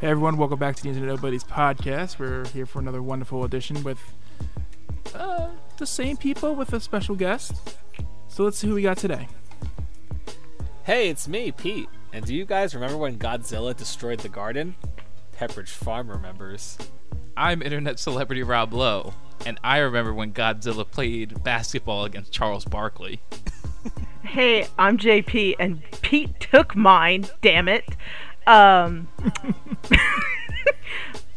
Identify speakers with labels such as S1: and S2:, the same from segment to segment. S1: Hey everyone, welcome back to the Internet Buddies podcast. We're here for another wonderful edition with uh, the same people with a special guest. So let's see who we got today.
S2: Hey, it's me, Pete. And do you guys remember when Godzilla destroyed the garden? Pepperidge Farm remembers.
S3: I'm internet celebrity Rob Lowe, and I remember when Godzilla played basketball against Charles Barkley.
S4: Hey, I'm JP, and Pete took mine. Damn it. Um,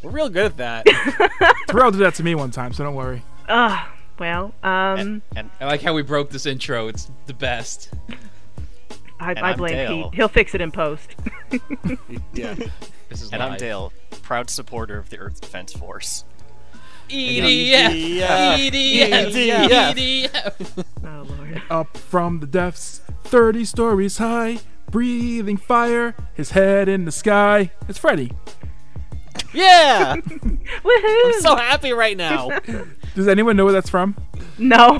S2: We're real good at that.
S1: Terrell did that to me one time, so don't worry.
S4: uh, well, um,
S5: and
S3: I like how we broke this intro. It's the best.
S4: I,
S5: and
S4: I
S5: I'm
S4: blame
S5: Dale.
S4: Pete. He'll fix it in post.
S2: yeah.
S3: This is
S5: and I'm
S3: live.
S5: Dale, proud supporter of the Earth Defense Force.
S2: E
S5: E
S3: EDF. EDF. EDF.
S4: Oh, Lord.
S1: Up from the depths, 30 stories high, breathing fire, his head in the sky. It's Freddy.
S2: Yeah!
S4: Woohoo!
S2: so happy right now.
S1: Does anyone know where that's from?
S4: no.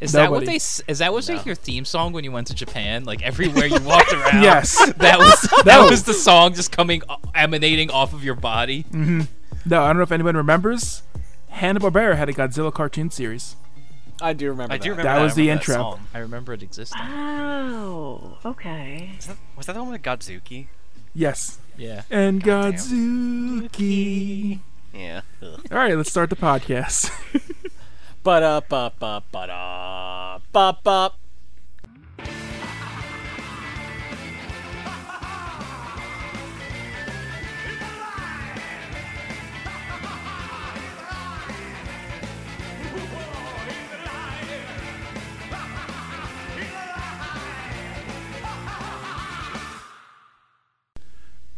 S3: Is that what
S1: Nobody.
S3: they? s- Is that was like your theme song when you went to Japan? Like everywhere you walked around.
S1: Yes.
S3: That was
S1: No.
S3: that was the song just coming uh, emanating off of your body.
S1: No, I don't know if anyone remembers. Hanna-Barbera had a Godzilla cartoon series.
S2: I do remember
S5: I do remember
S1: That was
S5: I
S1: the
S5: remember that
S1: intro.
S5: song.
S3: I remember it existed.
S4: Oh, okay.
S5: Is that- was that the one with Godzuki?
S1: Yes.
S3: Yeah.
S1: And
S5: Goddamn.
S1: Godzuki.
S5: Yeah. Ugh.
S1: All right, let's start the podcast.
S2: But uh, up, up, up, but up, up, up.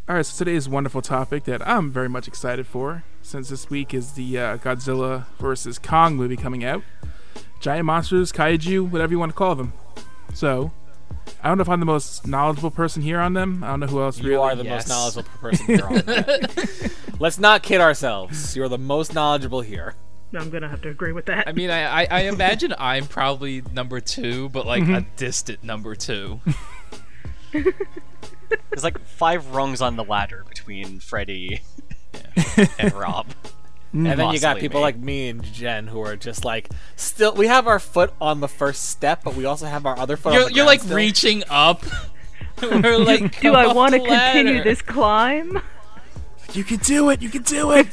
S1: All right, so today is a wonderful topic that I'm very much excited for, since this week is the uh, Godzilla versus Kong movie coming out. Giant monsters, kaiju, whatever you want to call them. So, I don't know if I'm the most knowledgeable person here on them. I don't know who else
S2: You
S1: really.
S2: are the most
S3: Yes.
S2: knowledgeable person here on that. Let's not kid ourselves. You're the most knowledgeable here.
S4: I'm going to have to agree with that.
S3: I mean, I, I, I imagine I'm probably number two, but like a distant number two.
S5: There's like five rungs on the ladder between Freddy and Rob.
S2: And then you got
S5: Possibly
S2: people
S5: me.
S2: like me and Jen who are just like, still, we have our foot on the first step, but we also have our other foot on
S3: You're,
S2: the
S3: you're
S2: ground
S3: like
S2: still.
S3: reaching up. We're like,
S4: Do
S3: come
S4: I
S3: up
S4: want to
S3: the ladder.
S4: continue this climb?
S1: You can do it. You can do it.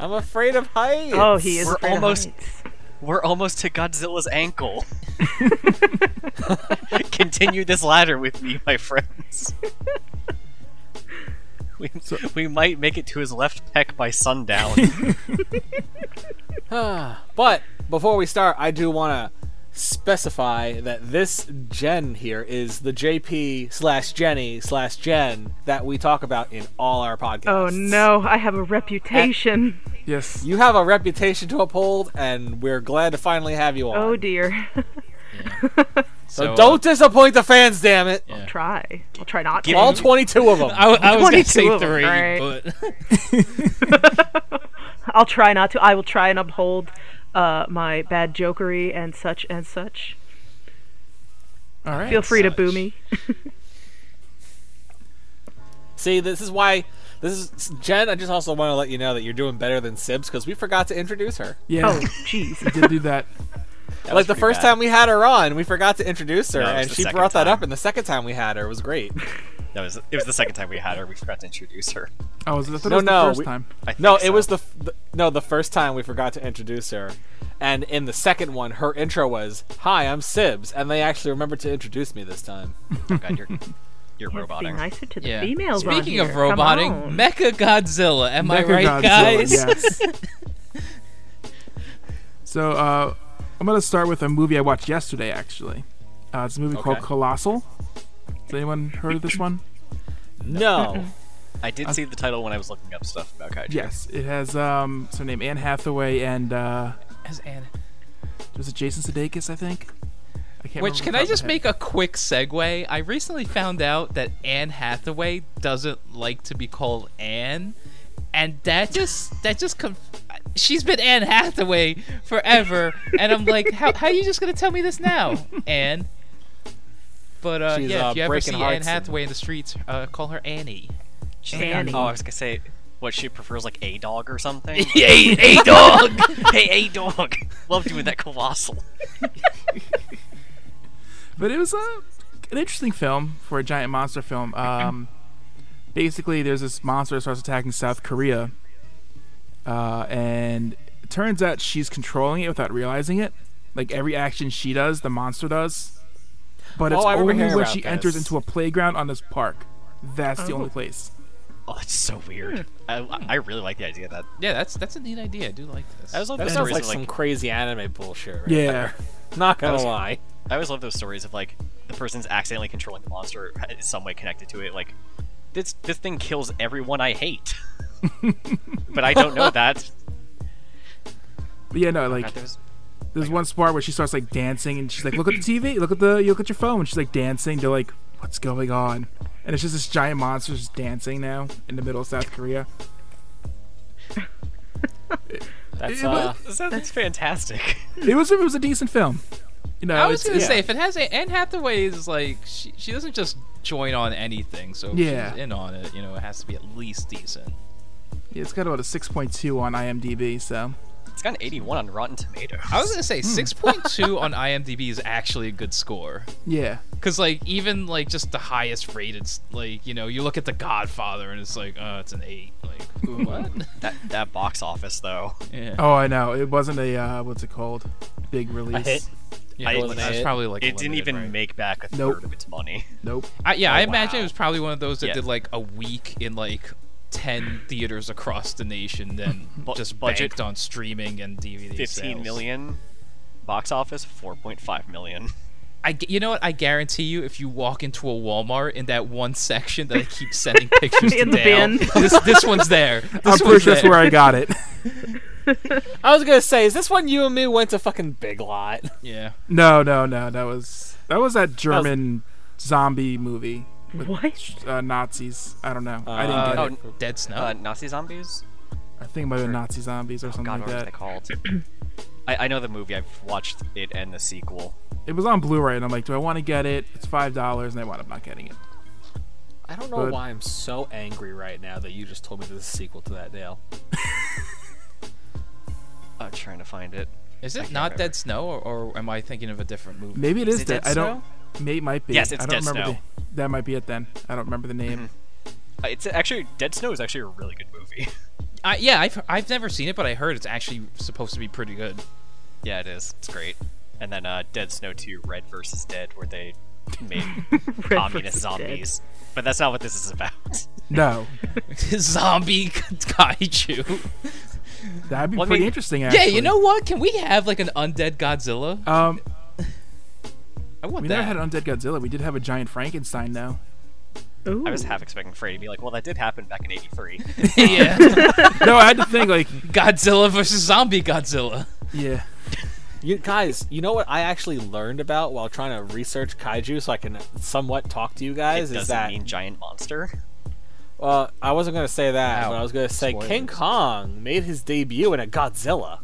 S2: I'm afraid of heights.
S4: Oh, he is
S5: We're
S4: afraid of
S5: almost-
S4: heights.
S5: We're almost to Godzilla's ankle. Continue this ladder with me, my friends. We, we might make it to his left pec by sundown.
S4: Oh.
S2: but before we start, I do want to specify that this Jen here is the JP slash Jenny slash Jen that we talk about in all our podcasts.
S4: Oh, no. I have a reputation.
S1: yes.
S2: You have a reputation to uphold, and we're glad to finally have you on.
S4: Oh, dear.
S2: so
S3: uh,
S2: don't disappoint the fans, damn it!
S3: Yeah.
S4: try. I'll try not
S5: Give
S4: to.
S2: All 22 of them.
S3: I, w- I was gonna
S4: 22
S3: say
S4: of 'em,
S3: three,
S4: right?
S3: but
S4: I'll try not to. I will try and uphold uh, my bad jokery and such and such.
S1: All right.
S4: Feel free to
S3: such.
S4: boo me.
S2: See, this is why. This is Jen. I just also want to let you know that you're doing better than Sibs because we forgot to introduce her.
S1: Yeah.
S4: Oh, jeez.
S1: Did do that.
S2: like the first time we had her on, we forgot to introduce her,
S5: No, it was
S2: and
S5: the
S2: she
S5: second
S2: brought that up.
S5: time.
S2: And the second time we had her it was great.
S5: That was it. Was the second time we had her. We forgot to introduce her.
S1: Oh, was, I thought
S2: No,
S1: it was
S2: no,
S1: the first
S2: we-
S1: time.
S5: I think
S2: No, it
S5: so.
S2: was the, f- the no the first time we forgot to introduce her, and in the second one, her intro was "Hi, I'm Sibs," and they actually remembered to introduce me this time.
S5: Oh God, you're you're
S4: Let's be
S5: roboting.
S4: nicer to the
S3: yeah.
S4: females. on
S3: Speaking of
S4: here. Come
S3: roboting,
S4: on.
S3: Mecha Godzilla. Am I
S1: Mechagodzilla,
S3: right, guys?
S1: Yes. so uh, I'm gonna start with a movie I watched yesterday. Actually, uh, it's a movie called
S2: Okay.
S1: Colossal. Has anyone heard of this one?
S2: No,
S5: I did see the title when I was looking up stuff about kaiju.
S1: Yes, it has um, so named Anne Hathaway and uh,
S3: As Anna.
S1: was it Jason Sudeikis? I think. I can't
S3: Which
S1: remember
S3: can
S1: off
S3: I
S1: the
S3: just
S1: top
S3: make a quick segue? I recently found out that Anne Hathaway doesn't like to be called Anne, and that just that just conf- she's been Anne Hathaway forever, and I'm like, how how you just gonna tell me this now, Anne? But uh,
S2: She's,
S3: yeah,
S2: uh,
S3: if you ever
S2: breaking
S3: see Anne
S2: hearts and-
S3: Hathaway in the streets, uh, call her Annie.
S5: She's
S4: Fanny.
S5: Like, oh, I was gonna say what she prefers, like a dog or something.
S3: hey, hey, dog.
S5: hey, a dog. Love doing that colossal.
S1: but it was a, an interesting film for a giant monster film.
S2: Mm-hmm.
S1: Um, basically, there's this monster that starts attacking South Korea, uh, and it turns out she's controlling it without realizing it. Like every action she does, the monster does. But it's
S2: Oh, I remember
S1: only
S2: hearing
S1: when
S2: about
S1: she enters
S2: this.
S1: into a playground on this park. That's the only place.
S5: Oh, that's so weird. I, I really like the idea of that.
S3: Yeah, that's that's a neat idea. I do like this.
S5: I always love
S2: That
S5: those
S2: sounds
S5: stories
S2: like,
S5: of
S2: some
S5: like
S2: crazy anime bullshit. Right
S1: Yeah.
S2: there. Not
S5: That
S2: gonna
S5: was-
S2: lie.
S5: I always love those stories of like the person's accidentally controlling the monster in some way connected to it. Like this this thing kills everyone I hate, but I don't know that.
S1: But yeah, no, like
S5: God, there was-
S1: there's one spot where she starts like dancing and she's like, look at the TV, look at the, you look at your phone. And she's like dancing. They're like, what's going on? And it's just this giant monster just dancing now in the middle of South Korea.
S2: That's
S1: It was-
S2: uh,
S5: That sounds fantastic.
S1: It was, it was a decent film. You know,
S3: I was
S1: it's-
S3: gonna
S2: yeah.
S3: say if it has a- Anne Hathaway is like she, she doesn't just join on anything, so if
S1: Yeah.
S3: she's in on it. You know, it has to be at least decent.
S1: yeah, it's got about a 6.2 on IMDb. So
S5: It's got an 81 on Rotten Tomatoes.
S3: I was gonna say 6.2 on IMDb is actually a good score.
S1: yeah,
S3: Cause like even like just the highest rated, s- like you know, you look at The Godfather and it's like, oh, it's an eight. Like what?
S5: That that box office though.
S3: yeah.
S1: oh, I know. It wasn't a uh, what's it called? Big release.
S2: hit?
S3: yeah,
S5: I-
S3: it was-
S2: it-
S3: it was probably like
S5: it didn't
S3: limited,
S5: even
S3: right?
S5: make back a
S1: Nope.
S5: third of its money.
S1: Nope.
S3: I, yeah, I imagine
S5: wow.
S3: it was probably one of those that
S5: Yeah.
S3: did like a week in like ten theaters across the nation, then
S5: Bu-
S3: just
S5: budget-
S3: banked on streaming and DVD
S5: Fifteen million
S3: sales.
S5: box office 4.5 million.
S3: I, gu- you know what? I guarantee you, if you walk into a Walmart in that one section that I keep sending pictures
S4: In
S3: to
S4: the
S3: Dale,
S4: bin.
S3: this this one's there. This
S1: I'm pretty
S3: one's
S1: sure that's
S3: there.
S1: where I got it.
S2: I was gonna say, is this when you and me went to fucking Big Lot?
S3: Yeah.
S1: No, no, no. That was that was that German zombie movie with
S4: What?
S1: uh, Nazis. I don't know. I
S2: Uh,
S1: didn't get
S5: Oh,
S1: it.
S5: n-
S3: Dead Snow.
S5: uh, Nazi zombies.
S1: I think it might have been Nazi zombies
S4: Oh
S1: or something
S5: Oh, God,
S1: like
S5: what was
S1: that.
S5: they called? I, I know the movie. I've watched it and the sequel.
S1: It was on Blu-ray, and I'm like, do I want to get it? It's five dollars, and I wound up not getting it.
S2: I don't know
S1: But-
S2: why I'm so angry right now that you just told me there's a sequel to that, Dale.
S5: I'm Uh, trying to find it.
S3: is it
S5: can't
S3: not
S5: remember.
S3: Dead Snow, or, or am I thinking of a different movie?
S1: Maybe it
S5: Is
S1: is.
S5: it
S1: that.
S5: Dead
S1: I don't. May might be.
S5: Yes, it's
S1: I don't
S5: Dead
S1: remember
S5: Snow.
S1: The, that might be it then. I don't remember the name.
S5: Uh, It's actually Dead Snow is actually a really good movie.
S3: I, yeah, I've I've never seen it, but I heard it's actually supposed to be pretty good.
S5: yeah, it is. It's great. And then uh, Dead Snow 2: Red versus Dead, where they made
S4: Red
S5: communist
S4: versus dead.
S5: zombies. But that's not what this is about.
S1: No,
S3: Zombie kaiju.
S1: that'd be
S5: Well, I
S1: pretty
S5: mean-
S1: interesting. Actually.
S3: Yeah, you know what? Can we have like an undead Godzilla?
S1: Um,
S3: I want
S1: we
S3: that.
S1: never had an undead Godzilla. We did have a giant Frankenstein though.
S4: Ooh.
S5: I was half expecting Freddy to be like, "Well, that did happen back in '83."
S3: yeah,
S1: no, I had to think like,
S3: Godzilla versus zombie Godzilla.
S1: yeah,
S2: You guys, you know what I actually learned about while trying to research kaiju, so I can somewhat talk to you
S5: it
S2: guys.
S5: doesn't
S2: is that
S5: mean giant monster.
S2: Well, I wasn't gonna say that,
S3: Wow.
S2: but I was gonna say King
S3: Spoilers.
S2: Kong made his debut in a Godzilla,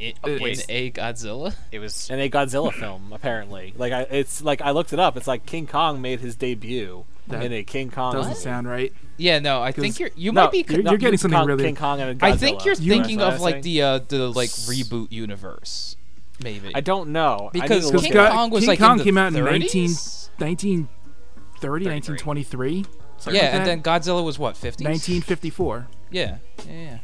S3: In,
S5: Wait.
S3: in a Godzilla.
S5: It was
S2: in a Godzilla film. Apparently, like I, it's like I looked it up. It's like King Kong made his debut
S1: That
S2: in a King Kong.
S1: doesn't
S2: movie.
S1: sound right.
S3: Yeah, no, I
S1: 'Cause-
S3: think you're you
S2: No,
S3: might be.
S1: You're-
S2: no,
S1: getting something
S2: Kong-
S1: really-
S2: King Kong and a
S3: I think
S2: Godzilla.
S3: you're
S2: You know
S3: thinking
S2: what I'm
S3: of like
S2: saying?
S3: the uh, the like reboot universe, maybe.
S2: I don't know I need
S3: because
S2: to look
S3: King
S2: it up.
S1: Go-
S3: Kong was
S1: King
S3: like in
S1: Kong
S3: the
S1: came out in 19,
S3: 30s?
S1: 1930, 1923, something
S3: Yeah,
S1: like
S3: and
S1: that.
S3: then Godzilla was what 50s?
S1: 1954.
S3: Yeah, yeah. yeah.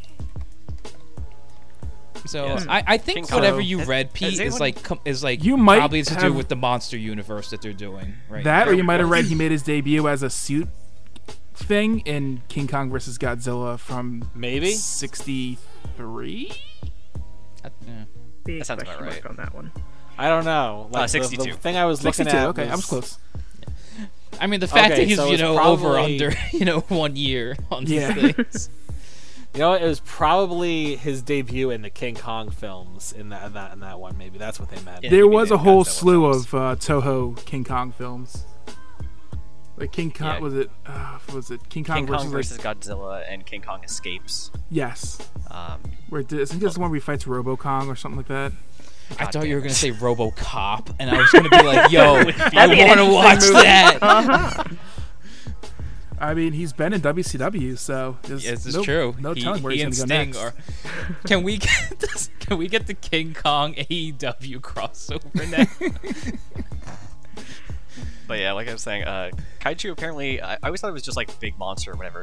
S3: So
S5: Yeah.
S3: I, I think
S5: King Kong.
S3: whatever you
S5: Has-
S3: read,
S5: has
S3: Pete, is
S5: anyone-
S3: like com- is like
S1: You might
S3: probably to do
S1: have-
S3: with the monster universe that they're doing right.
S1: That, or
S5: Very
S1: you might have
S5: well.
S1: read he made his debut as a suit thing in King Kong versus Godzilla from
S2: Maybe.
S1: 63?
S3: now. I- yeah.
S4: Big
S5: That sounds about
S4: question mark
S5: right.
S4: on that one.
S2: I don't know.
S5: Uh,
S2: Like, the-
S5: 62.
S2: The, thing I was looking
S1: 62,
S2: at.
S1: okay, I was close.
S3: I mean, the fact
S2: Okay,
S3: that he's
S2: so
S3: you
S2: it's
S3: know over
S2: probably-
S3: under you know one year on
S1: Yeah.
S3: these things.
S2: You know, it was probably his debut in the King Kong films. In that, in that, in that one, maybe that's what they meant.
S5: Yeah.
S1: There
S5: maybe
S1: was
S5: they
S1: a whole
S5: got that one
S1: slew
S5: first.
S1: of uh, Toho King Kong films. Like King Kong,
S5: Yeah.
S1: was it? Uh, was it King Kong
S5: King
S1: versus?
S5: Kong
S1: like-
S5: versus Godzilla, and King Kong escapes.
S1: yes,
S5: Um,
S1: where it did, I think that's the one where he fights Robocong or something like that.
S3: I
S5: God
S3: thought you
S5: damn
S3: were
S5: it.
S3: gonna say RoboCop, and I was gonna be like, "Yo, I
S5: That'd
S4: be an
S3: want to
S4: interesting
S3: watch
S4: movie.
S3: that."
S4: Uh-huh.
S1: I mean, he's been in WCW, so there's
S3: Yes, it's
S1: no,
S3: true.
S1: No
S3: he,
S1: telling where
S3: he and
S1: he's going to go
S3: Sting
S1: next.
S3: are. Can we get this, can we get the King Kong AEW crossover now?
S5: But yeah, like I was saying, uh, kaiju apparently, I, I always thought it was just like big monster or whatever.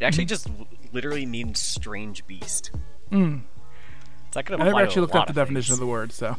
S5: It actually just l- literally means strange beast. So I, could
S1: I never actually looked up the definition of the word, so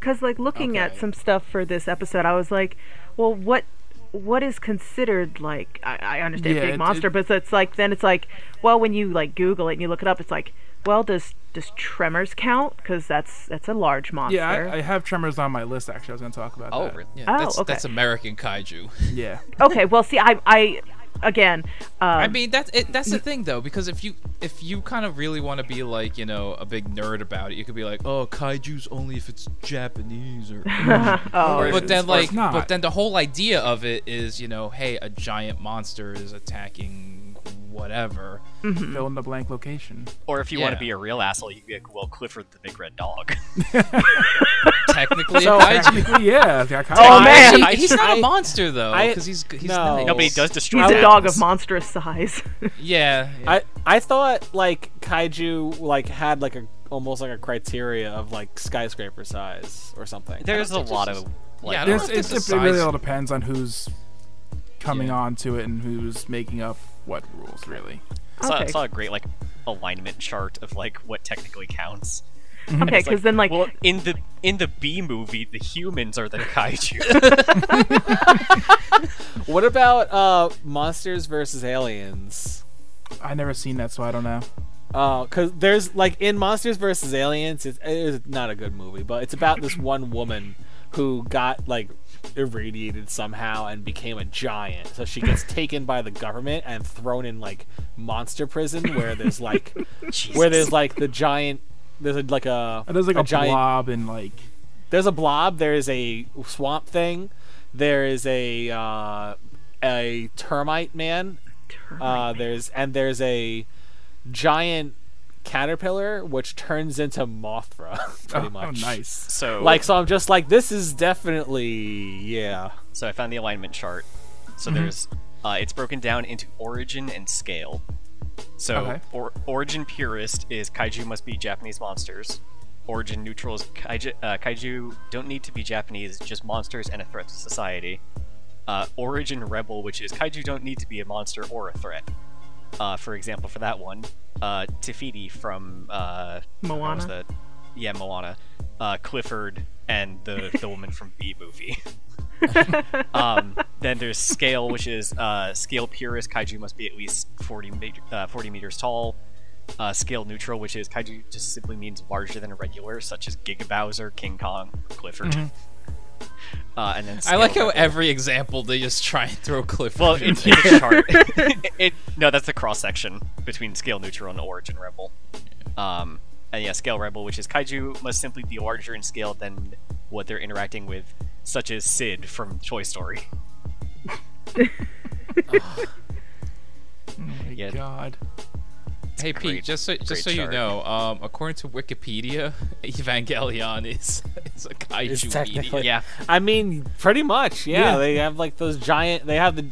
S4: Because like looking at
S5: Okay.
S4: some stuff for this episode, I was like, well, what what is considered like? I, I understand
S1: Yeah,
S4: big
S1: it-
S4: monster,
S1: it-
S4: but it's like then it's like, well, when you like Google it and you look it up, it's like, well, does does Tremors count? Because that's that's a large monster.
S1: yeah, I, I have Tremors on my list. Actually, I was going to talk about
S5: Oh,
S1: that.
S5: really?
S3: Yeah,
S4: Oh,
S3: that's,
S4: okay.
S3: that's American kaiju.
S1: Yeah,
S4: okay, well, see, I I again,
S3: I
S4: um,
S3: mean that's it, that's the thing though because if you if you kind of really want to be like you know a big nerd about it you could be like oh kaiju's only if it's Japanese or
S1: Or
S4: oh,
S1: if
S3: but then
S1: it's- or if
S3: like
S1: not.
S3: but then the whole idea of it is you know hey a giant monster is attacking whatever
S1: fill in the blank location.
S5: Or if you want
S3: Yeah.
S5: to be a real asshole, you could be like, well, Clifford the Big Red Dog.
S3: technically
S2: So-
S3: a kaiju.
S1: Technically, yeah. it's got
S4: Oh,
S1: kaiju.
S4: man.
S3: Actually, he's not
S2: I-
S3: a monster though
S2: I-
S3: because he's he's
S2: no.
S3: nice.
S5: no, but he does destroy
S4: he's a
S5: the
S4: dog
S5: animals.
S4: of monstrous size.
S3: yeah, yeah.
S2: I I thought like kaiju like had like a almost like a criteria of like skyscraper size or something.
S5: There's a
S3: think
S5: lot
S3: this
S5: of.
S3: is-
S5: Like,
S3: Yeah, I don't
S1: It's,
S3: know if
S1: it's,
S3: this is
S1: it really
S3: size.
S1: all depends on who's coming
S3: Yeah.
S1: on to it and who's making up what rules, really.
S5: I saw,
S4: Okay.
S5: saw a great like alignment chart of like what technically counts.
S4: Okay,
S5: It's
S4: because then like
S5: well, in the in the B movie, the humans are the kaiju.
S2: What about uh monsters versus aliens?
S1: I never seen that, so I don't know.
S2: Uh, cause there's like in Monsters vs Aliens, it's, it's not a good movie, but it's about this one woman who got like irradiated somehow and became a giant. So she gets taken by the government and thrown in like monster prison where there's like where there's like the giant. There's a, like a
S1: Uh, There's like a,
S2: giant.
S1: blob and like
S2: There's a blob. There is a swamp thing. There is a uh, a termite man uh, there's and there's a giant caterpillar which turns into Mothra, pretty
S1: oh,
S2: much.
S1: oh, nice.
S5: so
S2: Like so, I'm just like, this is definitely yeah.
S5: So I found the alignment chart. So there's, uh, it's broken down into origin and scale. So
S1: Okay.
S5: or, origin purist is kaiju must be Japanese monsters. Origin neutral is kaiju, uh, kaiju don't need to be Japanese, just monsters and a threat to society. Uh, origin rebel, which is kaiju don't need to be a monster or a threat. Uh, for example, for that one, uh, Tafiti from uh, what was
S4: Moana?
S5: that? Yeah, Moana. Uh, Clifford and the the woman from B movie. Um, then there's scale, which is uh, scale purist. Kaiju must be at least 40, ma- uh, 40 meters tall. Uh, scale neutral, which is kaiju just simply means larger than a regular, such as Giga Bowser, King Kong, Clifford. Uh, and then
S3: I like
S5: scale
S3: how
S5: rebel.
S3: every example they just try and throw Cliff.
S5: well
S3: in.
S5: in, in the chart. it, no, that's the cross section between scale neutral and origin rebel. Um, and yeah, scale rebel, which is kaiju, must simply be larger in scale than what they're interacting with, such as Sid from Toy Story.
S1: Oh my
S5: Yeah.
S1: god.
S3: Hey Pete,
S5: great-
S3: just so
S5: great
S3: just so you
S5: chart.
S3: know, um, according to Wikipedia, Evangelion is is a kaiju
S2: It's technically
S3: media.
S5: Yeah.
S2: I mean, pretty much yeah.
S1: Yeah.
S2: They have like those giant. They have the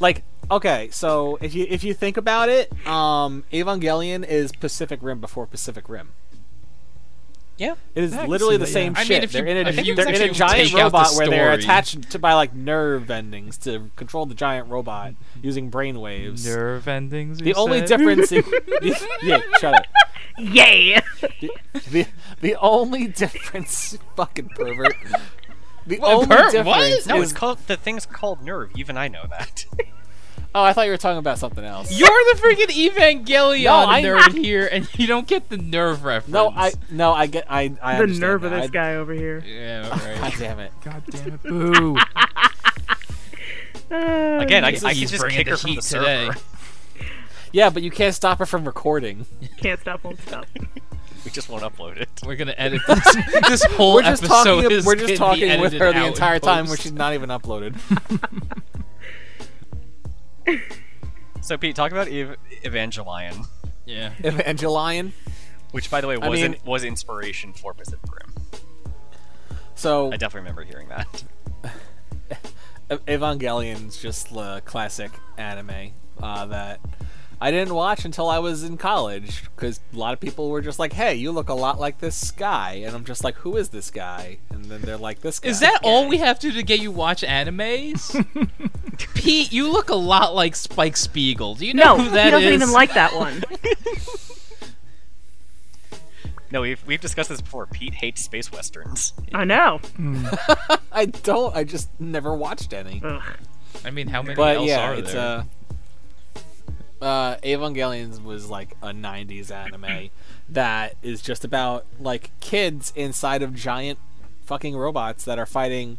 S2: like. Okay, so if you if you think about it, um, Evangelion is Pacific Rim before Pacific Rim.
S5: Yeah.
S2: It is
S1: I can
S2: literally
S1: see
S2: the
S1: that,
S2: same
S1: yeah.
S3: I mean,
S2: shit.
S3: if
S2: they're
S3: you-
S2: in a,
S3: if you-
S2: they're
S3: if
S2: in a
S3: you
S2: giant
S3: take out the
S2: robot where they're
S3: story-
S2: attached to by like nerve endings to control the giant robot using brain waves.
S3: Nerve endings.
S2: the only difference, in, yeah, shut up.
S4: yay!
S2: The, the only difference, fucking pervert. The
S3: Well,
S2: only
S3: per- what?
S2: difference
S5: No,
S2: is-
S5: it's called the thing's called nerve. Even I know that.
S2: oh, I thought you were talking about something else.
S3: You're the freaking Evangelion
S2: No, I-
S3: nerd here, and you don't get the nerve reference.
S2: no, I no, I get, I, I
S4: the
S2: understand
S4: nerve of
S2: now.
S4: this
S2: I-
S4: guy over here.
S3: Yeah,
S2: God
S3: right.
S2: damn it!
S1: God damn it. Boo.
S4: Uh,
S5: Again, I, I
S3: This
S5: could
S3: is
S5: just
S3: bringing
S5: kick
S3: the
S5: her from
S3: heat
S5: the
S3: today.
S5: server.
S2: Yeah, but you can't stop her from recording.
S4: can't stop, won't stop.
S5: We just won't upload it.
S3: We're gonna edit this. This whole
S2: We're just
S3: episode
S2: talking.
S3: is
S2: We're just
S3: gonna be
S2: talking with
S3: edited
S2: her
S3: out
S2: the
S3: in
S2: entire time where
S3: post.
S2: she's not even uploaded.
S5: So Pete, talk about Ev- Evangelion,
S3: Yeah.
S2: Evangelion.
S5: which by the way
S2: I
S5: was in-
S2: mean-
S5: was inspiration for Pacific Rim.
S2: So
S5: I definitely remember hearing that.
S2: Evangelion's just uh, classic anime uh, that I didn't watch until I was in college because a lot of people were just like, "Hey, you look a lot like this guy," and I'm just like, "Who is this guy?" And then they're like, "This guy."
S3: Is that all we have to do to get you watch animes? Pete, you look a lot like Spike Spiegel. Do you know
S4: No,
S3: who
S4: he
S3: that
S4: doesn't
S3: is?
S4: even like that one.
S5: No, we've, we've discussed this before. Pete hates space westerns.
S4: I know.
S2: I don't. I just never watched any.
S4: Ugh.
S3: I mean, how many
S2: But
S3: else
S2: yeah,
S3: are
S2: it's
S3: there?
S2: uh uh, Evangelions was like a '90s anime that is just about like kids inside of giant fucking robots that are fighting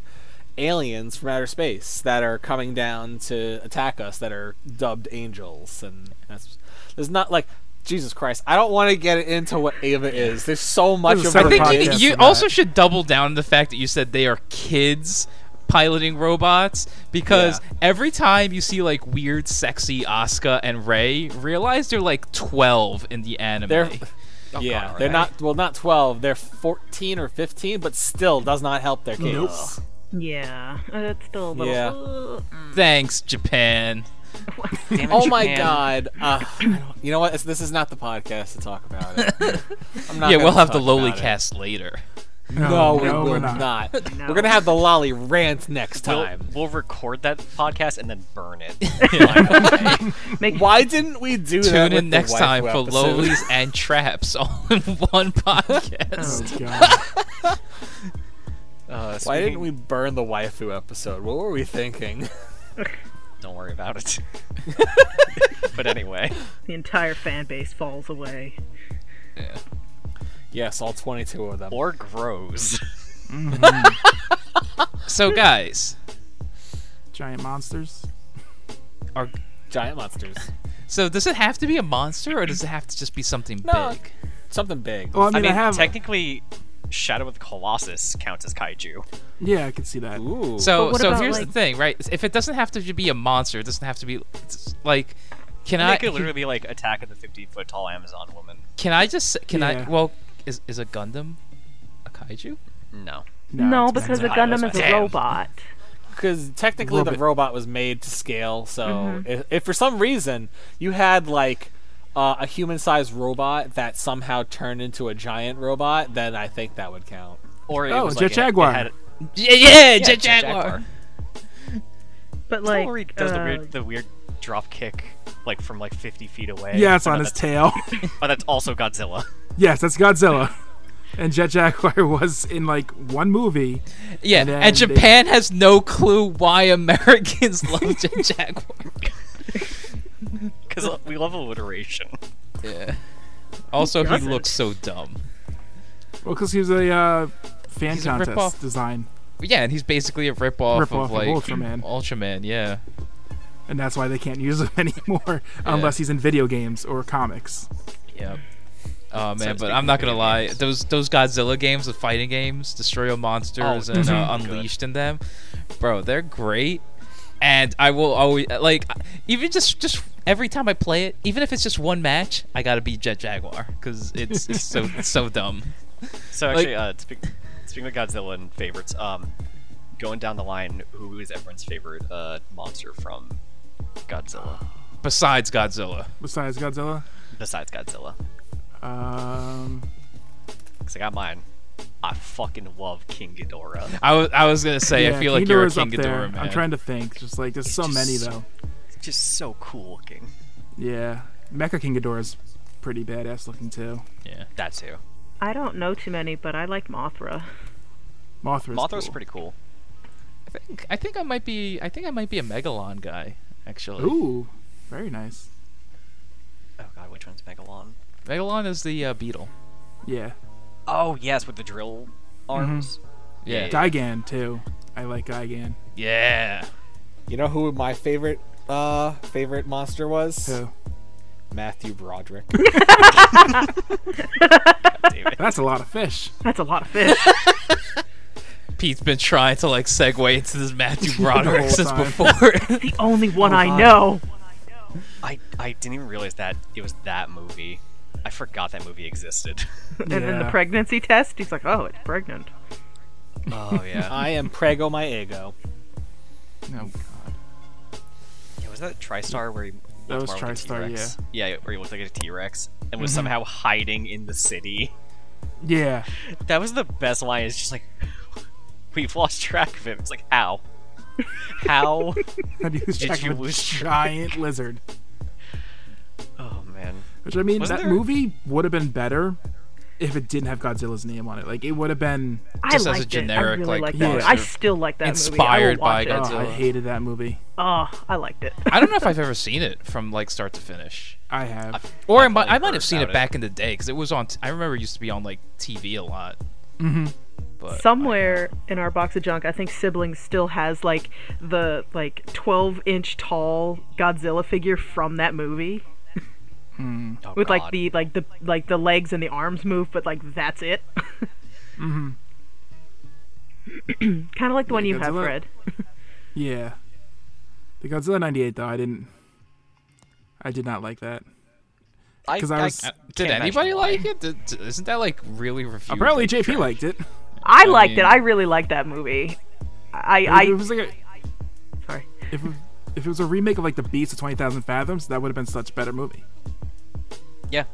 S2: aliens from outer space that are coming down to attack us that are dubbed angels and that's there's not like Jesus Christ I don't want to get into what Ava is there's so much
S1: There's a
S2: of
S1: separate
S2: her
S3: I think
S1: podcast
S3: you,
S1: on
S3: you
S1: that.
S3: also should double down on the fact that you said they are kids piloting robots because
S2: Yeah.
S3: every time you see like weird, sexy Asuka and Ray, realize they're like 12 in the anime.
S2: They're-
S3: Oh,
S2: yeah,
S3: God,
S2: they're
S3: Ray.
S2: not well, not twelve. They're fourteen or fifteen, but still does not help their case.
S1: Nope.
S4: Yeah, uh, it's still a little.
S2: Yeah.
S4: Ugh.
S3: Thanks, Japan.
S5: Damn it,
S2: Oh my
S5: Japan.
S2: god! Uh, I don't- you know what? It's- This is not the podcast to talk about it. I'm not
S3: Yeah,
S2: gonna
S3: we'll have
S2: talk
S3: the lowly
S2: about it.
S3: cast later.
S2: No, we
S1: no,
S2: will
S1: we're
S2: not.
S1: not.
S4: know.
S2: We're gonna have the lolly rant next
S5: We'll,
S2: time.
S5: we'll record that podcast and then burn it.
S4: Make
S2: Why didn't we do that?
S3: Tune
S2: with
S3: in
S2: the
S3: next
S2: waifu
S3: time for
S2: episode?
S3: lowlies and traps all in one podcast.
S1: Oh, God.
S5: Uh,
S2: Why didn't
S5: speaking-
S2: we burn the waifu episode? What were we thinking?
S5: Don't worry about it. but anyway,
S4: the entire fan base falls away.
S2: yes, all 22 of them.
S5: or grows.
S3: So, guys,
S1: Giant monsters.
S3: are,
S2: Giant monsters.
S3: so does it have to be a monster or does it have to just be something
S2: No.
S3: big?
S2: Something big.
S1: Well, I
S5: I
S1: mean, I,
S5: mean,
S1: have.
S5: technically, Shadow of the Colossus counts as kaiju.
S1: yeah, I can see that.
S2: Ooh.
S4: But
S3: So
S4: what
S3: so
S4: about,
S3: here's
S4: like-
S3: the thing, right? If it doesn't have to be a monster, it doesn't have to be it's like can
S5: And
S3: I
S5: it could literally be like Attack of the 50 Foot Tall Amazon Woman.
S3: can I just can I
S1: Yeah.
S3: well is is a Gundam a kaiju?
S5: No.
S1: No,
S4: No,
S1: it's
S4: because a
S1: not.
S5: Gundam
S4: Gundam
S5: is
S4: is a
S5: Damn.
S4: robot.
S2: because technically
S1: Robot.
S2: the robot was made to scale. So if, if for some reason you had like uh, a human-sized robot that somehow turned into a giant robot, then I think that would count.
S5: Or it
S1: Oh,
S5: was
S1: Jet
S5: like it-
S1: Jaguar.
S5: It, had,
S3: Yeah, yeah,
S5: yeah,
S3: Jet
S5: Jet
S3: Jaguar.
S5: Jaguar.
S4: But
S5: Like,
S4: like,
S5: does the
S4: uh,
S5: weird the weird drop kick like from like 50 feet away.
S1: Yeah, it's
S5: But
S1: on
S5: then
S1: his
S5: that's-
S1: tail.
S5: But that's also Godzilla.
S1: yes, that's Godzilla. And Jet Jaguar was in like one movie.
S3: Yeah, and,
S1: And then they-
S3: Japan has no clue why Americans love Jet Jaguar.
S5: Because we love alliteration.
S3: Yeah. Also, he
S4: doesn't?
S3: looks so dumb.
S1: Well, because he was a uh, fan
S3: He's a
S1: contest
S3: ripoff.
S1: design,
S3: Yeah, and he's basically a ripoff,
S1: Ripoff of
S3: of like
S1: Ultraman.
S3: Ultraman, yeah.
S1: and that's why they can't use him anymore unless he's in video games or comics.
S3: Yep. Oh man, but
S5: speaking
S3: I'm not
S5: of
S3: gonna
S5: video
S3: lie.
S5: games.
S3: Those those Godzilla games, the fighting games, Destroy All Monsters
S5: Oh,
S3: and
S5: those
S3: uh,
S5: are good.
S3: Unleashed in them, bro, they're great. And I will always like even just just every time I play it, even if it's just one match, I gotta beat Jet Jaguar because it's, it's so it's so dumb.
S5: So
S3: Like-
S5: actually, uh, speak, speaking of Godzilla and favorites, um, going down the line, who is everyone's favorite uh, monster from Godzilla
S3: Besides Godzilla,
S1: Besides Godzilla,
S5: besides Godzilla?
S1: um,
S5: Because I got mine. I fucking love King Ghidorah.
S3: I was I was gonna say
S1: yeah,
S3: I feel like you're a
S1: Ghidorah's
S3: King
S1: up there.
S3: Ghidorah man.
S1: I'm trying to think. Just like there's so
S5: just
S1: many
S5: so-
S1: though.
S5: It's Just so cool looking.
S1: Yeah, Mecha King Ghidorah's pretty badass looking too.
S3: yeah.
S5: That's who.
S4: I don't know too many, but I like Mothra.
S1: Mothra's,
S5: Mothra's
S1: cool.
S5: pretty cool.
S3: I think I think I might be I think I might be a Megalon guy actually.
S1: Ooh, very nice.
S5: Oh god, which one's Megalon?
S3: Megalon is the uh, beetle.
S1: Yeah,
S5: Oh yes, with the drill
S1: Mm-hmm.
S5: arms.
S3: Yeah.
S1: Gigan too. I like Gigan.
S5: Eh,
S3: Yeah.
S2: You know who my favorite uh, favorite monster was?
S1: So
S2: Matthew Broderick.
S5: Damn it.
S1: that's a lot of fish.
S4: That's a lot of fish.
S3: Pete's been trying to like segue into this Matthew
S1: The
S3: Broderick
S1: whole
S3: since
S1: time. Oh,
S3: before.
S4: the only one I
S1: God.
S4: know.
S5: I I didn't even realize that it was that movie. I forgot that movie existed.
S4: And then the
S1: Yeah.
S4: pregnancy test,
S1: Uh,
S4: he's like, oh, it's pregnant.
S5: Oh yeah.
S2: I am prego my ego.
S1: Oh god.
S5: Yeah, was that TriStar where he
S1: That was
S5: Marvel the
S1: TriStar, Mm-hmm.
S5: T-Rex? yeah. where he looked like a T Rex and was somehow hiding in the city.
S1: Yeah.
S5: That was the best line. It's just like we've lost track of him. It's like how, how?
S1: Have you
S5: Did
S1: checked
S5: you
S1: with
S5: lose track?
S1: giant lizard?
S5: oh man.
S1: Which I mean,
S5: Wasn't
S1: that
S5: there-
S1: movie would have been better if it didn't have Godzilla's name on it. Like it would have been.
S4: I
S3: Just as a
S4: liked
S3: generic,
S4: it. I really
S3: like,
S4: liked
S1: yeah.
S4: that. I still like that
S3: Inspired
S4: movie. I
S3: by
S4: will watch
S1: Oh, I
S3: Godzilla.
S1: hated that movie.
S4: It. Oh, I liked it.
S3: I don't know if I've ever seen it from like start to finish.
S1: I have.
S3: Or I
S5: I've
S3: might,
S5: only
S3: I might
S5: heard
S3: have seen
S5: about
S3: it
S5: it.
S3: back in the day because it was on. T- I remember it used to be on like TV a lot. But I-
S4: Somewhere in our box of junk, I think siblings still has like the like 12 inch tall Godzilla figure from that movie
S5: Oh,
S4: with like
S5: God.
S4: the like the like the legs and the arms move, but like that's it.
S3: Mm-hmm.
S4: kind of like the one you have,
S1: Godzilla-
S4: Fred.
S1: Yeah. The Godzilla '98 though, I didn't. I did not like that.
S5: I-
S1: 'cause I
S5: I
S1: was-
S5: can't
S3: did
S5: imagine
S3: anybody
S5: why.
S3: like it? Did, d- isn't that like really reviewed?
S1: Apparently,
S3: like,
S1: JP
S3: trash?
S1: liked it.
S4: I liked it.
S3: mean-
S4: I really liked that movie. I
S1: it
S4: I
S1: was like a,
S4: sorry.
S1: if it- if it was a remake of like the Beast of Twenty Thousand Fathoms, that would have been such better movie.
S5: Yeah.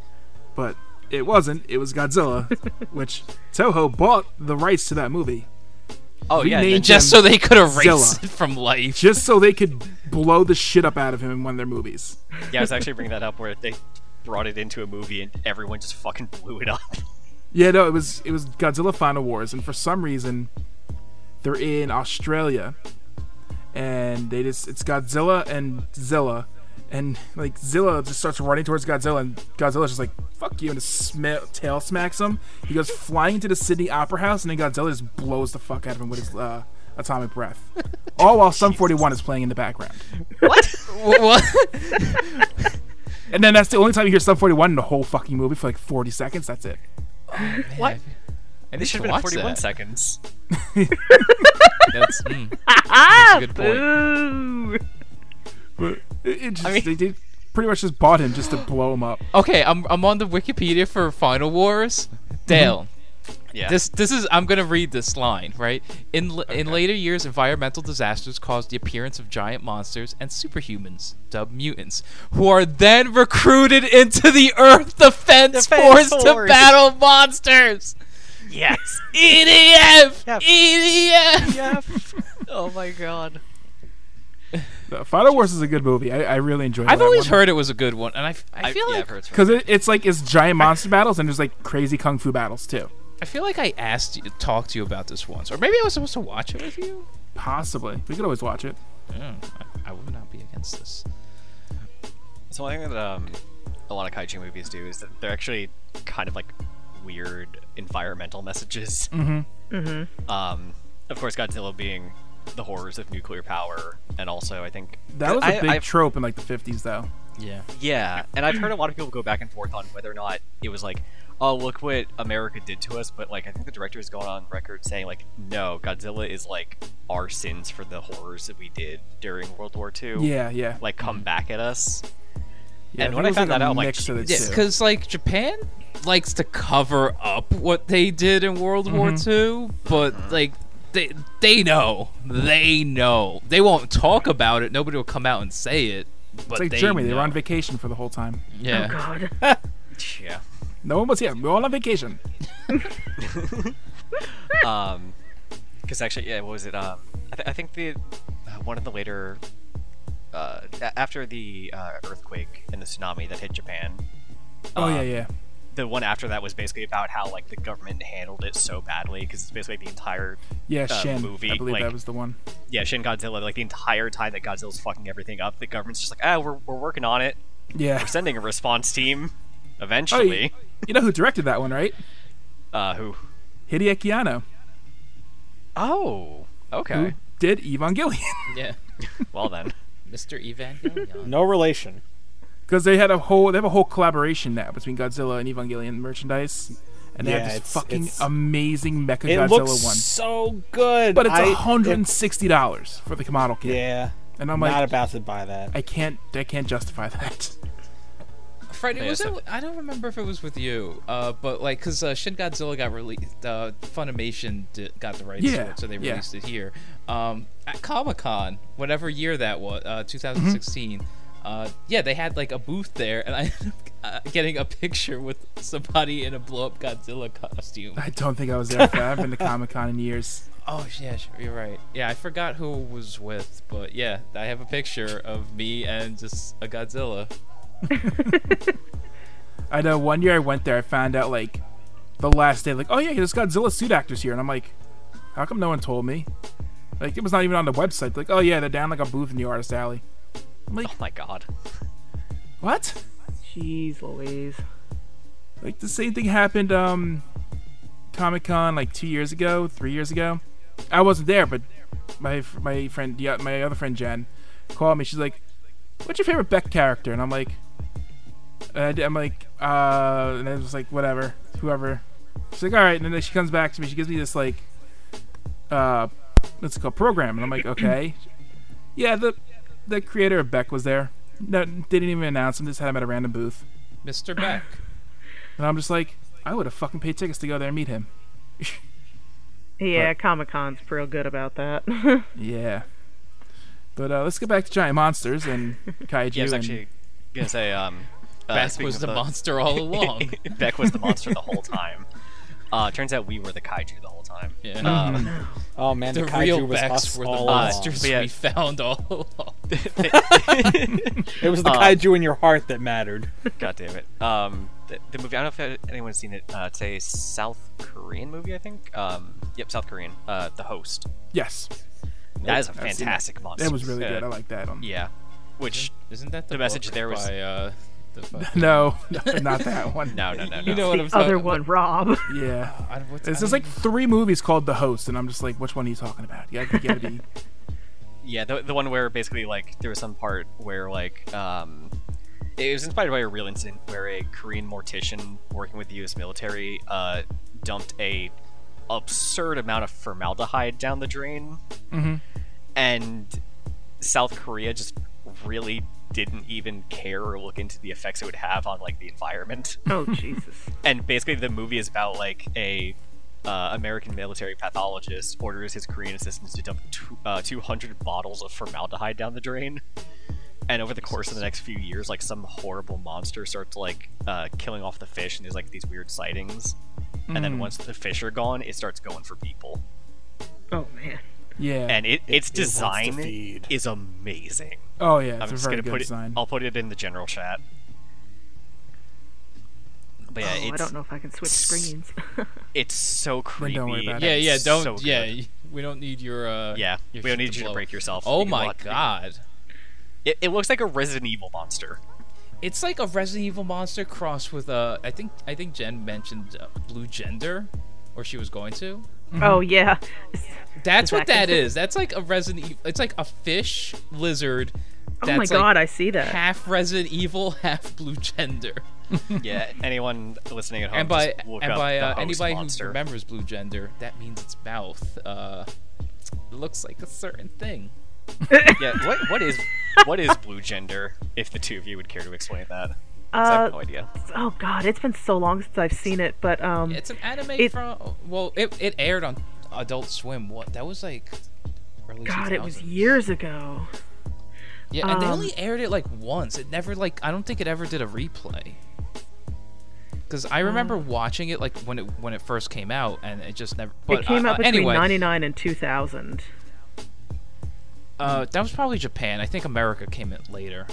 S1: But it wasn't. It was Godzilla, which Toho bought the rights to that movie
S5: Oh yeah.
S1: Renamed
S5: then-
S3: Just so
S1: Them
S3: they could erase
S1: Zilla.
S3: it from life.
S1: just so they could blow the shit up out of him in one of their movies.
S5: Yeah, I was actually bringing that up where they brought it into a movie and everyone just fucking blew it up.
S1: Yeah, no, it was it was Godzilla Final Wars, and for some reason, they're in Australia, and they just it's Godzilla and Zilla, and like Zilla just starts running towards Godzilla, and Godzilla's just like fuck you, and just sma tail smacks him. He goes flying into the Sydney Opera House, and then Godzilla just blows the fuck out of him with his uh, atomic breath. All while Sum 41 is playing in the background.
S3: Wha- what?
S1: And then that's the only time you hear Sum 41 in the whole fucking movie for like 40 seconds. That's it.
S5: What?
S3: I need
S5: This should
S3: to watch
S5: have been 41
S3: that.
S5: seconds.
S3: That's, mm.
S4: Ah,
S3: good point.
S4: boo.
S1: But it, it just,
S5: mean- Oh.
S1: they, they pretty much just bought him just to blow him up.
S3: Okay, I'm I'm on the Wikipedia for Final Wars. Dale.
S5: Yeah.
S3: This this is I'm gonna read this line right. In l in later years, environmental disasters caused the appearance of giant monsters and superhumans, dubbed mutants, who are then recruited into the Earth Defense,
S5: Defense
S3: Force, to
S5: Force.
S3: battle monsters. E
S5: yes.
S3: EDF,
S5: Yeah.
S3: EDF.
S5: yeah. Oh my god.
S1: The Uh, Final Wars is a good movie. I, I really enjoyed.
S3: I've
S1: that
S3: always
S1: one.
S3: heard it was a good one, and I, f- I feel
S5: yeah,
S3: like
S5: I've heard it's
S1: because it, it's like it's giant monster battles and there's like crazy kung fu battles too.
S3: I feel like I asked you, talked to you about this once, or maybe I was supposed to watch it with you.
S1: Possibly, we could always watch it.
S3: Yeah, I, I would not be against this.
S5: So one thing that um, a lot of kaiju movies do is that they're actually kind of like weird environmental messages. Mm-hmm. Mm-hmm. Um, of course, Godzilla being the horrors of nuclear power, and also I think
S1: That was a
S5: I-
S1: big
S5: I've-
S1: trope in like the 50s though.
S3: Yeah,
S5: Yeah, and I've heard a lot of people go back and forth on whether or not it was like, oh, look what America did to us, but like I think the director has gone on record saying like, no, Godzilla is like our sins for the horrors that we did during World War II.
S1: Yeah, yeah.
S5: Like come back at us.
S1: yeah think
S5: and when
S1: it
S5: I
S1: was,
S5: found
S1: like,
S5: that out,
S1: a
S5: I'm like,
S1: mix of the
S3: yeah,
S1: two.
S3: because like Japan likes to cover up what they did in World
S1: Mm-hmm.
S3: War II, but like they they know, they know, they won't talk about it. Nobody will come out and say it. But
S1: it's like
S3: they
S1: Germany. They were
S3: know.
S1: on vacation for the whole time.
S3: Yeah.
S4: God.
S5: Yeah.
S1: No one was here. We were all on vacation.
S5: Um, because actually, yeah, what was it? Um, I, th- I think the uh, one of the later, uh, a- after the uh, earthquake and the tsunami that hit Japan.
S1: oh
S5: um,
S1: yeah, yeah.
S5: the one after that was basically about how like the government handled it so badly because it's basically the entire
S1: Yeah,
S5: uh,
S1: Shin.
S5: movie,
S1: I believe
S5: like-
S1: that was the one.
S5: yeah Shin Godzilla like the entire time that Godzilla's fucking everything up the government's just like ah we're, we're working on it
S1: Yeah.
S5: we're sending a response team
S1: Oh, you,
S5: eventually
S1: you know who directed that one, right?
S5: uh who
S1: Hideaki Anno,
S5: oh
S1: who
S5: okay
S1: did Evangelion.
S3: yeah.
S5: well then
S3: Mr. Evangelion.
S2: No relation.
S1: Because they had a whole, they have a whole collaboration now between Godzilla and Evangelion merchandise, and they
S2: Yeah,
S1: have
S2: it's-
S1: this fucking
S2: it's-
S1: amazing Mecha
S2: It looks
S1: Godzilla one.
S2: so good,
S1: But it's
S2: I-
S1: hundred and
S2: it-
S1: sixty dollars for the Kamado kit,
S2: Yeah,
S1: and I'm
S2: not
S1: like,
S2: about to buy that.
S1: I can't, I can't justify that.
S3: Freddie,
S5: Yeah,
S3: was
S5: so-
S3: it? I don't remember if it was with you, uh, but like, cause uh, Shin Godzilla got released, uh, Funimation di- got the rights to
S1: Yeah,
S3: it, so they
S1: yeah.
S3: released it here. Um, at Comic Con, whatever year that was, uh,
S1: Mm-hmm.
S3: 2016. Uh, yeah, they had like a booth there, and I ended up uh, getting a picture with somebody in a blow up Godzilla costume.
S1: I don't think I was there. For that. I haven't been to Comic Con in years.
S3: Oh yeah, sure, you're right. Yeah, I forgot who it was with, but yeah, I have a picture of me and just a Godzilla.
S1: I know one year I went there, I found out like the last day, like, oh yeah, there's Godzilla suit actors here, and I'm like, how come no one told me? Like it was not even on the website. Like, oh yeah, they're down like a booth in the artist alley. I'm like,
S5: Oh my god.
S1: what?
S4: Jeez Louise.
S1: Like the same thing happened um Comic Con like two years ago, three years ago. I wasn't there, but my my friend, yeah, my other friend Jen, called me. She's like, "What's your favorite Beck character?" And I'm like, and I, did- I'm like, uh, and I was like, whatever, whoever. She's like, all right, and then she comes back to me. She gives me this like, uh, what's it called, program, and I'm like, okay, yeah, the the creator of Beck was there. No, didn't even announce him. Just had him at a random booth.
S3: Mr. Beck.
S1: And I'm just like, I would have fucking paid tickets to go there and meet him.
S4: Yeah, Comic Con's real good about that.
S1: Yeah. But uh, let's get back to giant monsters and kaiju.
S5: Yeah, I was
S1: and-
S5: actually gonna say um uh,
S3: Beck
S5: speaking
S3: was
S5: of
S3: the, monster all along.
S5: Beck was the monster the whole time. Uh, turns out we were the kaiju the whole time.
S3: Yeah.
S5: Um,
S2: Oh man,
S3: the
S2: the,
S3: real
S2: kaiju was
S3: Becks
S2: us
S3: were the
S2: all along.
S3: monsters
S5: Yeah.
S3: we found all along.
S2: It was the
S5: Uh,
S2: kaiju in your heart that mattered.
S5: God damn it. Um, the, the movie, I don't know if anyone's seen it. Uh, it's a South Korean movie, I think. Um, yep, South Korean. Uh, The Host.
S1: Yes.
S5: That is a
S1: I've seen
S5: fantastic monster.
S1: That was really good. I
S5: Uh,
S1: like that one.
S5: Yeah. Which,
S3: Isn't that the,
S5: The message
S3: book
S5: there was-
S3: by, uh, the fucking-
S1: No, no, not that one.
S5: no, no, no, no.
S3: You know what I'm
S4: the
S3: talking
S4: other one, Rob.
S1: Yeah.
S3: I, what's,
S1: There's
S3: I
S1: just
S3: don't
S1: like three movies called The Host, and I'm just like, which one are you talking about? You gotta, you gotta be.
S5: Yeah, the, the one where basically, like, there was some part where, like, um, it was inspired by a real incident where a Korean mortician working with the U.S. military uh, dumped a absurd amount of formaldehyde down the drain
S3: Mm-hmm.
S1: Mhm.
S5: and South Korea just really didn't even care or look into the effects it would have on like the environment.
S4: Oh Jesus.
S5: And basically, the movie is about like a uh, American military pathologist orders his Korean assistants to dump two, uh, 200 bottles of formaldehyde down the drain. And over the course of the next few years, like some horrible monster starts like uh, killing off the fish, and there's like these weird sightings. And then
S1: Mm.
S5: once the fish are gone, it starts going for people.
S4: Oh man.
S1: Yeah.
S5: And it, its
S2: it wants to
S5: design
S2: feed.
S5: is amazing.
S1: oh, yeah. It's
S5: I'm
S1: a
S5: just
S1: very
S5: gonna
S1: good
S5: put it.
S1: design.
S5: I'll put it in the general chat. But yeah,
S4: oh,
S5: it's
S4: I don't know if I can switch screens.
S5: it's so creepy.
S1: don't worry about
S5: and
S1: it.
S3: yeah, yeah,
S5: it's
S3: don't.
S5: so good.
S3: yeah, y- we don't need your. Uh,
S5: yeah.
S3: your
S5: We
S3: shit
S5: don't need you
S3: blow
S5: to
S3: up.
S5: break yourself.
S3: Oh
S5: You can
S3: my
S5: watch-
S3: god.
S5: It, it looks like a Resident Evil monster.
S3: It's like a Resident Evil monster cross with uh, I think I think Jen mentioned uh, Blue Gender, or she was going to.
S4: oh yeah.
S3: That's what that
S4: Exactly.
S3: is. That's like a Resident Evil. It's like a fish lizard.
S4: Oh
S3: That's
S4: my God,
S3: Like
S4: I see that.
S3: half Resident Evil, half Blue Gender.
S5: Yeah. Anyone listening at home?
S3: and by
S5: just look
S3: and
S5: up
S3: by
S5: the
S3: uh,
S5: host
S3: anybody
S5: monster.
S3: who remembers blue gender, that means its mouth uh, looks like a certain thing.
S5: Yeah. What what is what is blue gender? If the two of you would care to explain that, 'Cause I
S4: Uh,
S5: have no idea.
S4: oh God, it's been so long since I've seen it, but um,
S3: It's an anime
S4: It-
S3: from well, it, it aired on Adult Swim. What that was like. Early
S4: God, it was
S3: 2000s.
S4: years ago.
S3: Yeah, and they
S4: um,
S3: only aired it like once. It never like I don't think it ever did a replay. Because I remember
S4: Mm.
S3: watching it like when it when it first came out, and it just never. But
S4: it came
S3: uh,
S4: out
S3: uh,
S4: between
S3: anyway,
S4: '99 and 2000.
S3: uh, that was probably Japan. I think America came in later.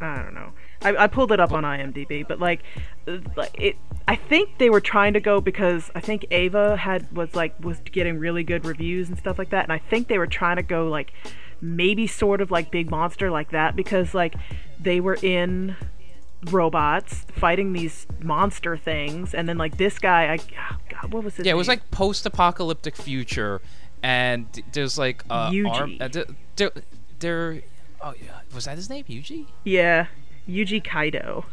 S4: I don't know. I, I pulled it up on IMDb, but like, uh, like, it. I think they were trying to go because I think Ava had was like was getting really good reviews and stuff like that, and I think they were trying to go like maybe sort of like Big Monster like that because like they were in robots fighting these monster things, and then like this guy, I oh, God, what was his
S3: Yeah, it was
S4: name?
S3: like post-apocalyptic future, and th- there's like uh, arm.
S4: Yuji.
S3: Uh, th- there, there. Oh yeah, was that his name, Yuji?
S4: yeah, Yuji Kaido.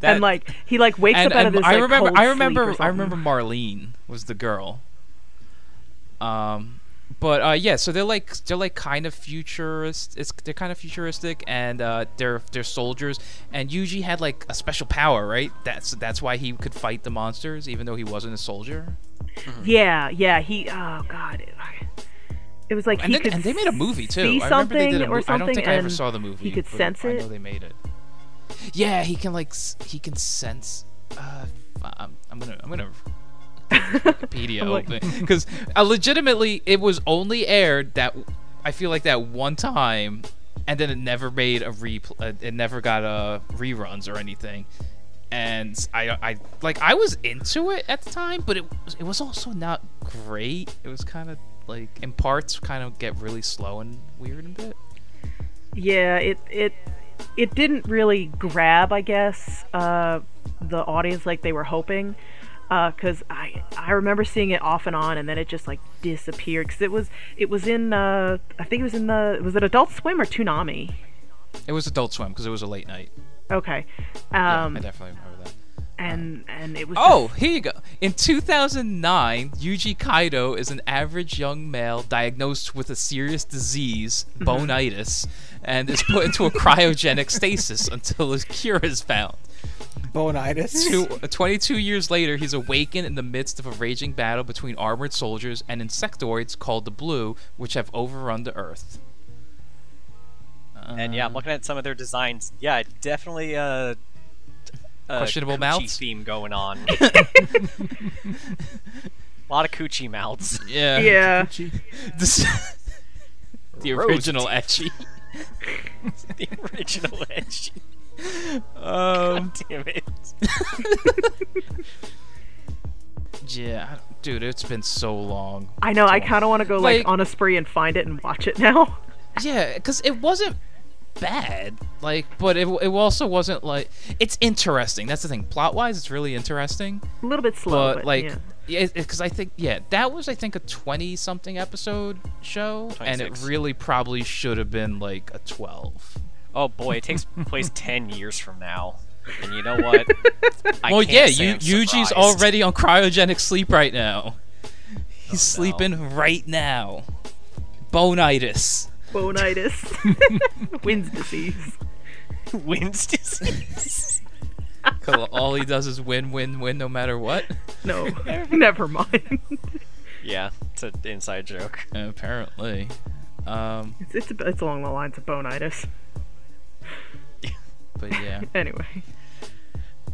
S3: That,
S4: and like he like wakes
S3: and,
S4: up out of
S3: and
S4: this.
S3: I
S4: like,
S3: remember, I
S4: cold sleep or
S3: remember, I
S4: something.
S3: remember Marlene was the girl. Um, but uh, yeah, so they're like they're like kind of futurist. It's they're kind of futuristic, and uh, they're they're soldiers. And Yuji had like a special power, right? That's that's why he could fight the monsters, even though he wasn't a soldier.
S4: Yeah, yeah. He. Oh God. It, it was like
S3: And,
S4: he
S3: then,
S4: could
S3: and they made a movie too.
S4: see
S3: I remember they did a
S4: something or
S3: mo- I don't think I ever
S4: something,
S3: saw the
S4: and
S3: movie.
S4: he could
S3: but
S4: sense
S3: I know
S4: it.
S3: they made it. Yeah, he can like s- he can sense. Uh, I'm, I'm gonna I'm gonna Wikipedia
S4: I'm like-
S3: because uh, legitimately it was only aired that I feel like that one time, and then it never made a repl- uh, It never got uh, reruns or anything. And I, I like I was into it at the time, but it was- it was also not great. It was kind of like in parts kind of get really slow and weird and bit.
S4: yeah it it it didn't really grab i guess uh the audience like they were hoping because I I remember seeing it off and on, and then it just like disappeared. Because it was it was in uh, I think it was in the was it Adult Swim or Toonami?
S3: It was Adult Swim because it was a late night.
S4: Okay,
S3: Yeah,
S4: um,
S3: I definitely remember that.
S4: and and it was
S3: Oh, here you go. In 2009, Yuji Kaido is an average young male diagnosed with a serious disease, bonitis, and is put into a cryogenic stasis until a cure is found.
S2: Bonitis.
S3: Two, 22 years later, he's awakened in the midst of a raging battle between armored soldiers and insectoids called the Blue, which have overrun the Earth. Um,
S5: and yeah, I'm looking at some of their designs. Yeah, definitely uh, a
S3: Questionable
S5: coochie
S3: mouths?
S5: theme going on. a lot of coochie mouths.
S3: Yeah.
S4: yeah
S1: Gucci.
S3: This- the
S5: Roast.
S3: original etchy.
S5: the original edge.
S3: Um,
S5: Damn it.
S3: yeah, I don't- dude, it's been so long.
S4: I know I kind of want to go like,
S3: Like-
S4: on a spree and find it and watch it now.
S3: Yeah, because it wasn't bad, like, but it, it also wasn't like it's interesting. That's the thing. Plot wise, it's really interesting,
S4: a little bit slow,
S3: but
S4: but,
S3: like,
S4: yeah.
S3: yeah, because I think yeah, that was I think a twenty something episode show, and it
S5: 26.
S3: really probably should have been like a twelve.
S5: Oh boy, it takes place ten years from now, and you know what? I
S3: well,
S5: can't
S3: yeah,
S5: say
S3: you,
S5: I'm
S3: Yuji's
S5: surprised. Oh,
S3: already on cryogenic sleep right now. He's sleeping right now. Bonitis.
S4: bonitis, Wind's disease.
S5: wins disease.
S3: 'Cause all he does is win, win, win, no matter what.
S4: No, never mind.
S5: yeah, it's an inside joke.
S3: Apparently. Um,
S4: It's, it's it's along the lines of bonitis.
S3: but yeah.
S4: Anyway.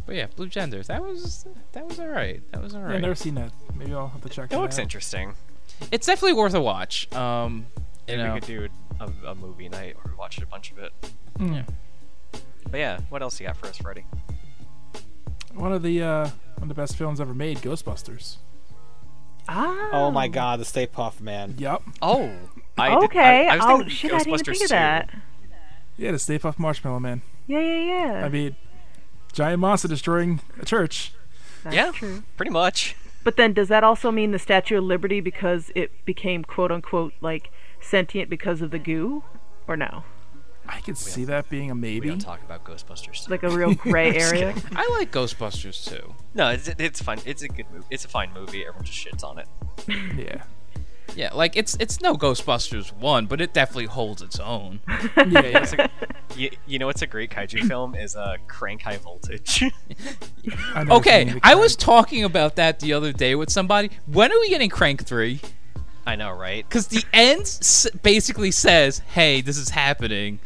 S3: But yeah, Blue Gender. That was that was alright. That was
S1: I've
S3: alright.
S1: never seen that. Maybe I'll have to check
S5: It
S1: that
S5: looks
S1: out.
S5: interesting.
S3: it's definitely worth a watch. Um, you
S5: Maybe
S3: know,
S5: we could do a, a movie night or watch a bunch of it. Hmm.
S1: Mm.
S5: But yeah, what else you got for us, Freddy?
S1: One of the uh, one of the best films ever made, Ghostbusters.
S4: Ah.
S2: Oh my god, the Stay Puft Man.
S1: Yep.
S5: Oh, I did- I-
S4: Okay.
S5: I was
S4: oh
S5: thinking
S4: shit! I didn't even
S5: Ghostbusters
S4: think of
S5: 2.
S4: that.
S1: Yeah, the Stay Puft Marshmallow Man.
S4: Yeah, yeah, yeah.
S1: I mean, giant monster destroying a church.
S4: That's
S5: yeah.
S4: true.
S5: Pretty much.
S4: But then, does that also mean the Statue of Liberty because it became quote unquote like sentient because of the goo, or no?
S1: I could see that being a
S5: We
S1: maybe.
S5: don't talk about Ghostbusters.
S4: Like a real gray area.
S3: I like Ghostbusters too.
S5: No, it's, it's fun. It's a good movie. It's a fine movie. Everyone just shits on it.
S1: Yeah.
S3: Yeah, like it's it's no Ghostbusters one, but it definitely holds its own.
S1: Yeah, yeah.
S5: It's a- you, you know what's a great kaiju film is a uh, Crank High Voltage.
S1: I never seen
S3: Okay,
S1: it.
S3: I was talking about that the other day with somebody. When are we getting Crank three?
S5: I know, right?
S3: Because the end s- basically says, "Hey, this is happening."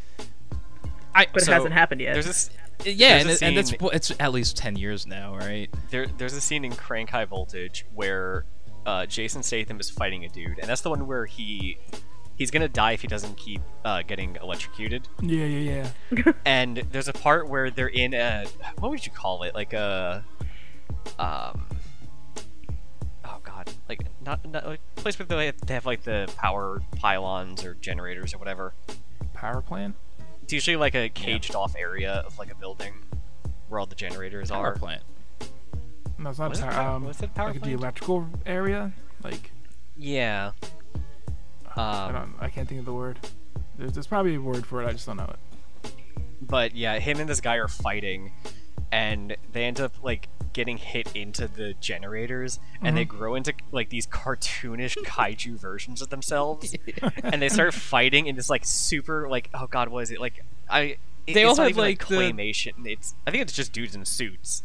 S3: I
S4: But
S5: So,
S4: it hasn't happened yet.
S5: There's this
S3: yeah,
S5: there's
S3: and,
S5: a
S3: it- and that's
S5: scene-
S3: what- it's at least ten years now, right?
S5: there, there's a scene in Crank High Voltage where uh, Jason Statham is fighting a dude, and that's the one where he he's gonna die if he doesn't keep uh, getting electrocuted.
S1: Yeah, yeah, yeah.
S5: And there's a part where they're in a what would you call it? Like a um oh god, like not, not like a place where they have, they have like the power pylons or generators or whatever.
S1: Power plant.
S5: It's usually like a caged off area of like a building where all the generators
S3: Power
S5: are.
S3: plant.
S1: No, it's not
S5: Was it
S1: power.
S5: power-
S1: um,
S5: was it power
S1: like the
S5: plant?
S1: electrical area. Like
S5: Yeah.
S1: I
S5: Um,
S1: don't. I can't think of the word. There's, there's probably a word for it. I just don't know it.
S5: but yeah, him and this guy are fighting, and they end up like getting hit into the generators and they
S3: Mm-hmm.
S5: grow into like these cartoonish kaiju versions of themselves and they start fighting in this like super like oh god what is it like i it-
S3: They
S5: it's
S3: all
S5: not
S3: have,
S5: even,
S3: like,
S5: like,
S3: the-
S5: claymation it's i think it's just dudes in suits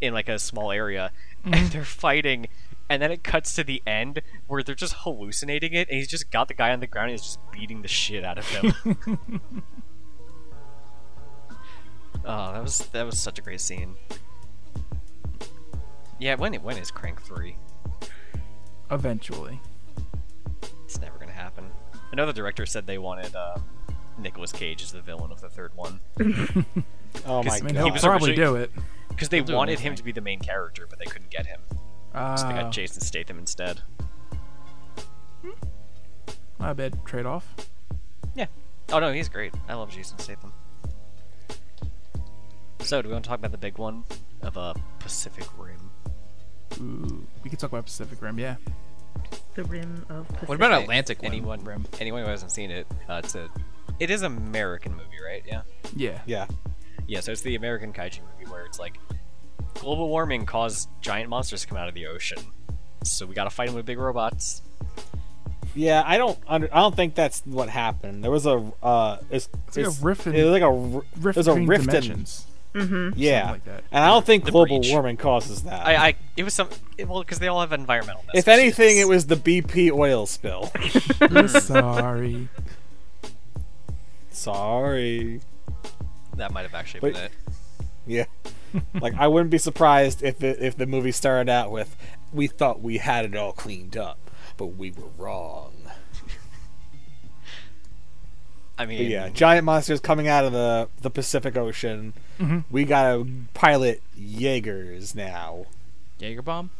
S5: in like a small area
S3: Mm-hmm.
S5: and they're fighting and then it cuts to the end where they're just hallucinating it and he's just got the guy on the ground and he's just beating the shit out of him oh that was that was such a great scene yeah when it when is crank 3
S1: Eventually.
S5: it's never gonna happen another director said they wanted uh Nicolas Cage as the villain of the third one
S2: Oh my
S1: I mean,
S2: god.
S1: he'll
S5: was
S1: probably
S5: originally-
S1: do it.
S5: because they
S3: They'll do
S5: wanted him
S3: anything.
S5: to be the main character, but they couldn't get him. So they
S3: Oh.
S1: Uh,
S5: got Jason Statham instead.
S1: my bad trade off.
S5: Oh no, he's great. I love Jason Statham. So, do we want to talk about the big one of uh, Pacific Rim?
S1: Ooh, we could talk about Pacific Rim, yeah.
S4: The rim of Pacific.
S3: What about Atlantic one?
S5: Anyone,
S3: Rim?
S5: anyone who hasn't seen it, uh, it's a, it is an American movie, right? Yeah.
S1: Yeah.
S2: Yeah.
S5: Yeah. So it's the American kaiju movie where it's like, global warming caused giant monsters to come out of the ocean, so we gotta fight them with big robots.
S2: Yeah, I don't under, I don't think that's what happened. There was a uh it's,
S1: It's like a rift in-
S2: it was like a r-
S1: Rift
S2: there's a
S1: between
S2: rift in,
S1: dimensions.
S2: yeah.
S1: like that.
S2: And I don't think
S5: The
S2: global
S5: breach.
S2: warming causes that.
S5: I, I, it was some, it, well, because they all have environmental.
S2: if
S5: messages.
S2: anything it was the BP oil spill.
S1: We're sorry.
S2: Sorry.
S5: that might have actually
S2: Wait.
S5: been it.
S2: Yeah. like I wouldn't be surprised if it, if the movie started out with we thought we had it all cleaned up, but we were wrong.
S5: I
S2: But
S5: mean,
S2: yeah, giant monsters coming out of the the Pacific Ocean.
S1: Mm-hmm.
S2: We got to pilot Jaegers now.
S3: Jaeger bomb.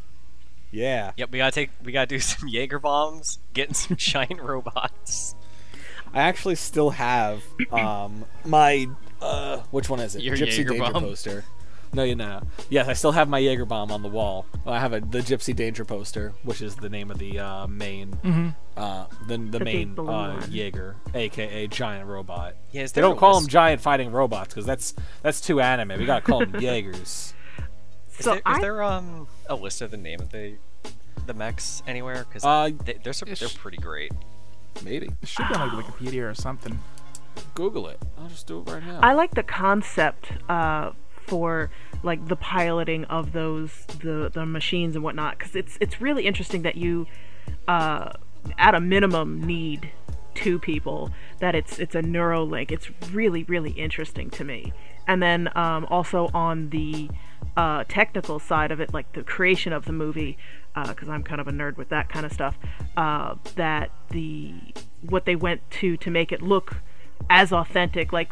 S2: Yeah.
S5: Yep, we gotta take, we gotta do some Jaeger bombs, getting some giant robots.
S2: I actually still have um my uh which one is it?
S3: Your
S2: Gypsy
S3: Jaeger
S2: Danger
S3: bomb?
S2: poster. No, you know. Yes, I still have my Jaeger bomb on the wall. I have a the Gypsy Danger poster, which is the name of the uh, main uh the the,
S4: big
S2: main
S4: blue
S2: uh,
S4: one.
S2: Jaeger, aka giant robot.
S5: Yeah, is
S2: They
S5: there
S2: don't
S5: a
S2: call them
S5: list-
S2: giant fighting robots because that's that's too anime. We gotta call them Jaegers.
S5: Is,
S4: So
S5: there, is
S4: I-
S5: there um a list of the name of the the mechs anywhere? Because
S2: Uh,
S5: they, they're sur- they're
S1: ish.
S5: pretty great.
S2: Maybe
S1: It should be on like Wikipedia or something.
S2: Google it. I'll just do it right now.
S4: I like the concept uh, for like the piloting of those the the machines and whatnot because it's it's really interesting that you uh, at a minimum need two people that it's it's a neuro link it's really really interesting to me and then um, also on the uh, technical side of it like the creation of the movie because i'm kind of a nerd with that kind of stuff uh, that the what they went to to make it look as authentic like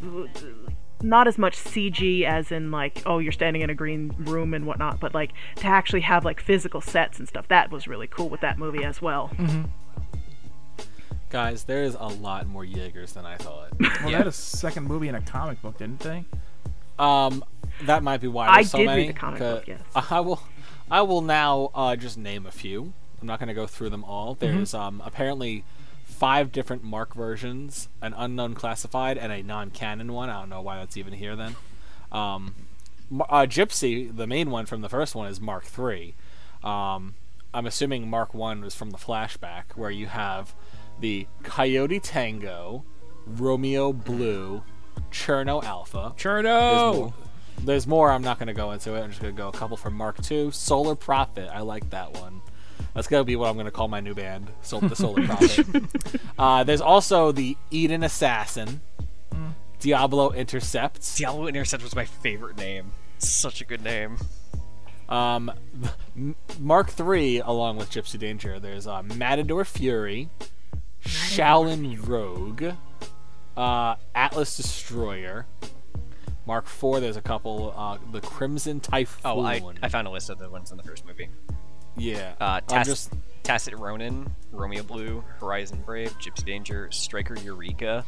S4: not as much CG as in like oh you're standing in a green room and whatnot, but like to actually have like physical sets and stuff. That was really cool with that movie as well.
S2: Guys, there is a lot more Jaegers than I thought.
S1: Well,
S5: Yeah.
S1: they had a second movie in a comic book, didn't they?
S2: Um, that might be why
S4: I
S2: there's so
S4: did read
S2: many.
S4: the comic book, yes.
S2: I will, I will now uh, just name a few. I'm not going to go through them all.
S4: Mm-hmm.
S2: There's um, apparently five different Mark versions, an unknown classified, and a non-canon one. I don't know why that's even here then. Um, Ma- uh, Gypsy, the main one from the first one, is Mark Three. Um, I'm assuming Mark One was from the flashback where you have the Coyote Tango, Romeo Blue, Cherno Alpha,
S5: Oh.
S2: there's more.
S3: Churno.
S2: There's more. I'm not going to go into it. I'm just going to go a couple from Mark II. Solar Prophet. I like that one. That's going to be what I'm going to call my new band, Sol- the Solar Prophet. uh, there's also the Eden Assassin, Diablo Intercepts,
S5: Diablo Intercept was my favorite name. Such a good name.
S2: um, M- Mark III, along with Gypsy Danger. There's uh, Matador Fury, Shaolin Rogue, uh, Atlas Destroyer. Mark IV, there's a couple. Uh, the Crimson Typhoon.
S5: Oh, I, I found a list of the ones in the first movie.
S2: Yeah.
S5: Uh,
S2: I'm
S5: Tac-
S2: just
S5: Tacit Ronin, Romeo Blue, Horizon Brave, Gypsy Danger, Striker Eureka,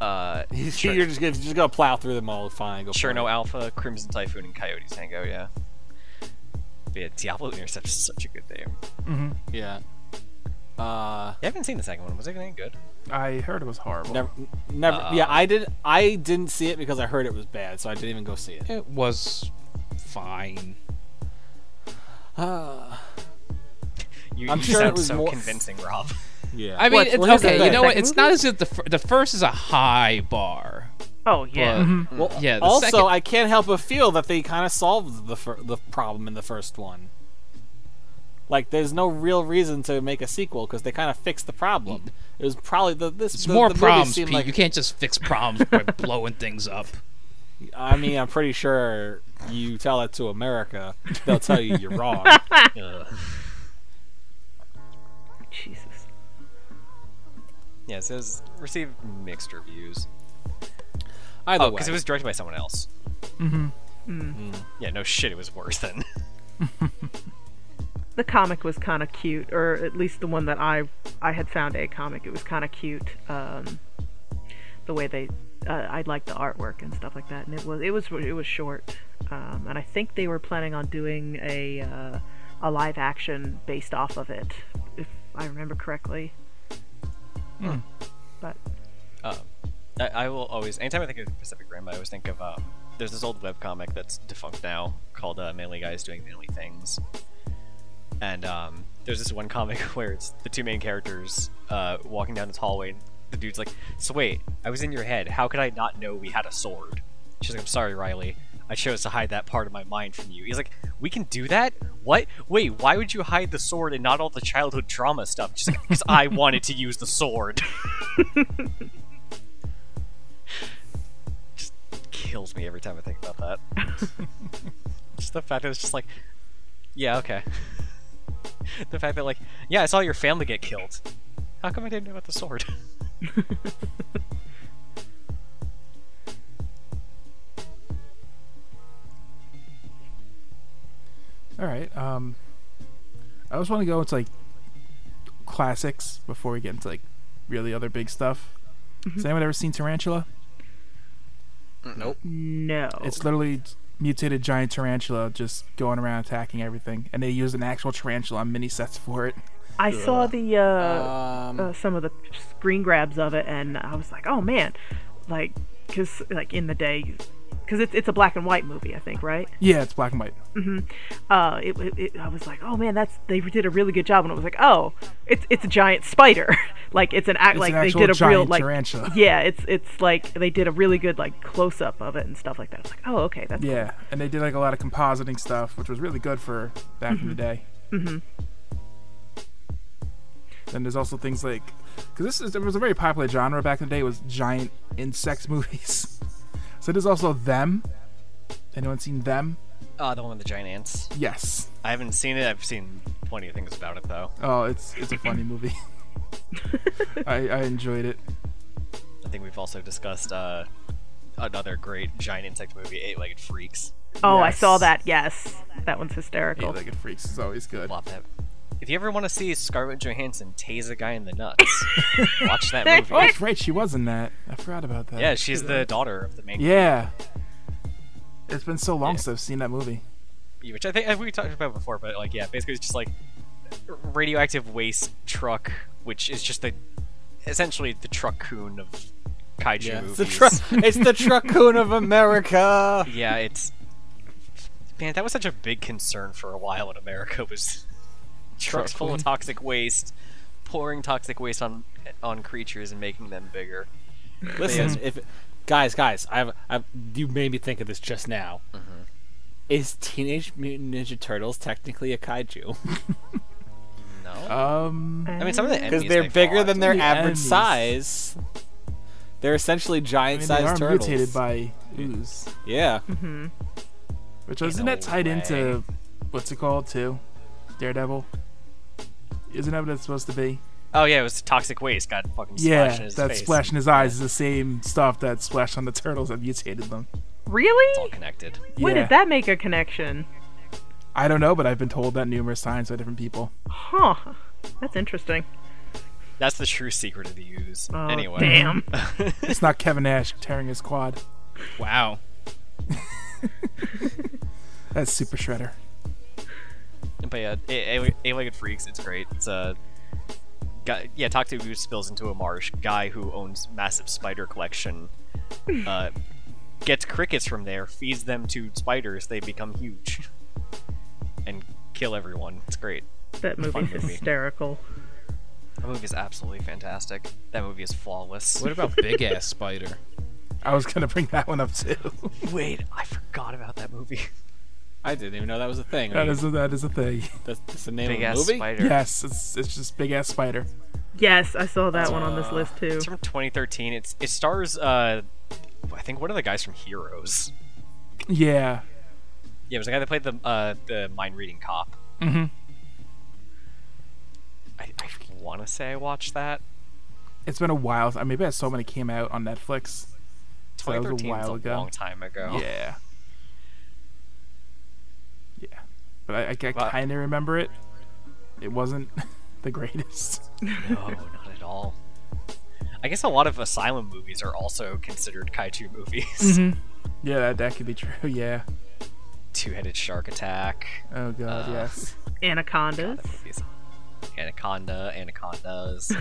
S5: uh, Cher-
S2: you're just gonna, just gonna plow through them all. Fine. Go for
S5: Cherno
S2: it.
S5: Alpha, Crimson Typhoon, and Coyote Tango. Yeah. But yeah, Diablo Intercept is such a good name.
S2: Yeah. Uh,
S5: I haven't seen the second one. Was it any good?
S1: I heard it was horrible.
S2: never, never. yeah, I did. I didn't see it because I heard it was bad, so I didn't even go see it.
S3: It was fine.
S2: Uh,
S5: You,
S2: I'm
S5: you
S2: sure it
S5: sound
S2: was
S5: so
S2: more-
S5: convincing, Rob.
S2: yeah.
S3: I mean,
S4: What-
S3: it's,
S4: well, here's the
S3: okay. You
S4: thing.
S3: know what?
S4: Second
S3: It's not as if the fir- the first is a high bar.
S4: Oh
S3: But
S4: yeah.
S2: Well,
S3: yeah. The
S2: also,
S3: second,
S2: I can't help but feel that they kind of solved the fir- the problem in the first one. Like, there's no real reason to make a sequel because they kind of fixed the problem. It was probably the this
S3: it's
S2: the,
S3: more
S2: the movie
S3: problems.
S2: seemed
S3: Pete.
S2: like-
S3: You can't just fix problems by blowing things up.
S2: I mean, I'm pretty sure you tell that to America, they'll tell you you're wrong.
S5: Ugh.
S4: Jesus.
S5: yeah, so it was received mixed reviews.
S2: Either way,
S5: Oh,
S2: Mm-hmm.
S5: because it was directed by someone else. Mm.
S1: hmm
S5: Yeah, no shit, it was worse than.
S4: The comic was kind of cute, or at least the one that I I had found a comic. It was kind of cute. Um, the way they, uh, I liked the artwork and stuff like that, and it was it was it was short, um, and I think they were planning on doing a uh, a live action based off of it, if I remember correctly. But
S5: Um, I, I will always, anytime I think of Pacific Rim, I always think of um, there's this old webcomic that's defunct now called uh, Manly Guys Doing Manly Things. And um, there's this one comic where it's the two main characters uh, walking down this hallway, and the dude's like, So wait, I was in your head. How could I not know we had a sword? She's like, I'm sorry, Riley. I chose to hide that part of my mind from you. He's like, We can do that? What? Wait, why would you hide the sword and not all the childhood trauma stuff? She's like, Because I wanted to use the sword. just kills me every time I think about that. just the fact that it's just like, yeah, okay. the fact that like, yeah, I saw your family get killed. How come I didn't know about the sword?
S1: All right. Um, I just want to go into like classics before we get into like really other big stuff.
S4: Mm-hmm.
S1: Has anyone ever seen Tarantula?
S4: no,
S1: It's literally j- mutated giant tarantula just going around attacking everything, and they use an actual tarantula on mini sets for it.
S4: I saw the uh,
S2: um,
S4: uh, some of the screen grabs of it, and I was like, oh man, like, cause like in the day, cause it's it's a black and white movie, I think, right?
S1: Yeah, it's black and white.
S4: Uh, it, it, it I was like, oh man, that's they did a really good job, and it was like, oh, it's it's a giant spider, like it's an act
S1: It's
S4: like
S1: an
S4: they
S1: actual
S4: did a
S1: giant
S4: real like
S1: tarantula.
S4: yeah, it's it's like they did a really good like close up of it and stuff like that. It's like, oh okay, that's
S1: Yeah, and they did like a lot of compositing stuff, which was really good for back in the day. Mm-hmm. Then there's also things like, because this is, it was a very popular genre back in the day was giant insect movies. so there's also them. Anyone seen them?
S5: Ah, the one with the giant ants.
S1: Yes.
S5: I haven't seen it. I've seen plenty of things about it though.
S1: Oh, it's it's a funny movie. I, I enjoyed it.
S5: I think we've also discussed uh, another great giant insect movie, Eight-Legged Freaks.
S4: oh I saw
S1: Yes.
S4: that yes, that one's hysterical.
S1: Eight Legged Freaks is always good.
S5: Love that. If you ever want to see Scarlett Johansson tase a guy in the nuts, watch that movie.
S1: Oh, that's right. She was in that. I forgot about that.
S5: Yeah, she's the daughter of the main
S1: Yeah. It's been so long
S5: Yeah.
S1: since I've seen that movie.
S5: which I think I- we talked about before, but like yeah, basically it's just like radioactive waste truck, which is just the essentially the truck coon of kaiju
S2: yeah, it's
S5: movies.
S2: the truck. It's the truckoon of America.
S5: yeah, it's man, that was such a big concern for a while in America was trucks full of toxic waste, pouring toxic waste on on creatures and making them bigger.
S2: Listen, if guys, guys, I've, I've you made me think of this just now.
S5: Mm-hmm.
S2: Is Teenage Mutant Ninja Turtles technically a kaiju?
S5: No,
S1: Um.
S5: I mean some of the
S2: Uh, Because
S5: enemies
S2: they're
S5: they
S2: bigger
S5: fought-
S2: than their
S1: The
S2: average
S1: enemies.
S2: size. They're essentially
S1: I mean,
S2: giant-sized
S1: they are
S2: turtles.
S1: mutated by ooze,
S2: yeah,
S1: which isn't
S5: a
S1: that tied
S5: way.
S1: into what's it called too? Daredevil. Isn't that what it's supposed to be?
S5: Oh yeah, it was toxic waste got fucking splashed in
S1: yeah,
S5: his
S1: that
S5: face.
S1: splash in his eyes is the same stuff that splashed on the turtles that mutated them.
S5: It's all
S4: really?
S5: connected.
S4: When
S1: yeah.
S4: did that make a connection?
S1: I don't know, but I've been told that numerous times by different people.
S4: Huh. That's interesting.
S5: That's the true secret of the ooze.
S4: Oh,
S5: anyway.
S4: damn.
S1: It's not Kevin Nash tearing his quad.
S3: Wow.
S1: That's Super Shredder.
S5: But yeah, A- A- A-Legged Freaks, it's great. It's uh, guy, yeah, Taktabu spills into a marsh. Guy who owns massive spider collection uh, gets crickets from there, feeds them to spiders. They become huge and kill everyone. It's great.
S4: That
S5: Fun
S4: movie's
S5: movie.
S4: hysterical.
S5: That movie is absolutely fantastic. That movie is flawless.
S3: What about Big Ass Spider?
S1: I was gonna bring that one up too.
S5: Wait, I forgot about that movie.
S2: I didn't even know that was a thing.
S1: that is a, that is a thing.
S2: that's, that's the name
S5: Big
S2: of
S5: ass
S2: the movie.
S5: spider.
S1: Yes, it's it's just big ass spider.
S4: Yes, I saw that one on this list too.
S5: It's from 2013. It's it stars uh, I think one of the guys from Heroes.
S1: Yeah,
S5: Yeah, it was the guy that played the uh the mind reading cop.
S1: Mhm.
S5: I, I want to say I watched that.
S1: it's been a while. I maybe I saw when it came out on Netflix. So that was a
S5: 2013 is
S1: while
S5: a
S1: ago.
S5: long time ago.
S1: Yeah, yeah, but I, I,
S5: Well-
S1: kind of remember it. It wasn't the greatest.
S5: No, not at all. I guess a lot of Asylum movies are also considered kaiju movies.
S1: Mm-hmm. Yeah, that, that could be true. Yeah.
S5: Two-headed shark attack.
S1: Oh god,
S5: Uh,
S1: yes.
S4: Anacondas.
S5: That movie's Anaconda, anacondas.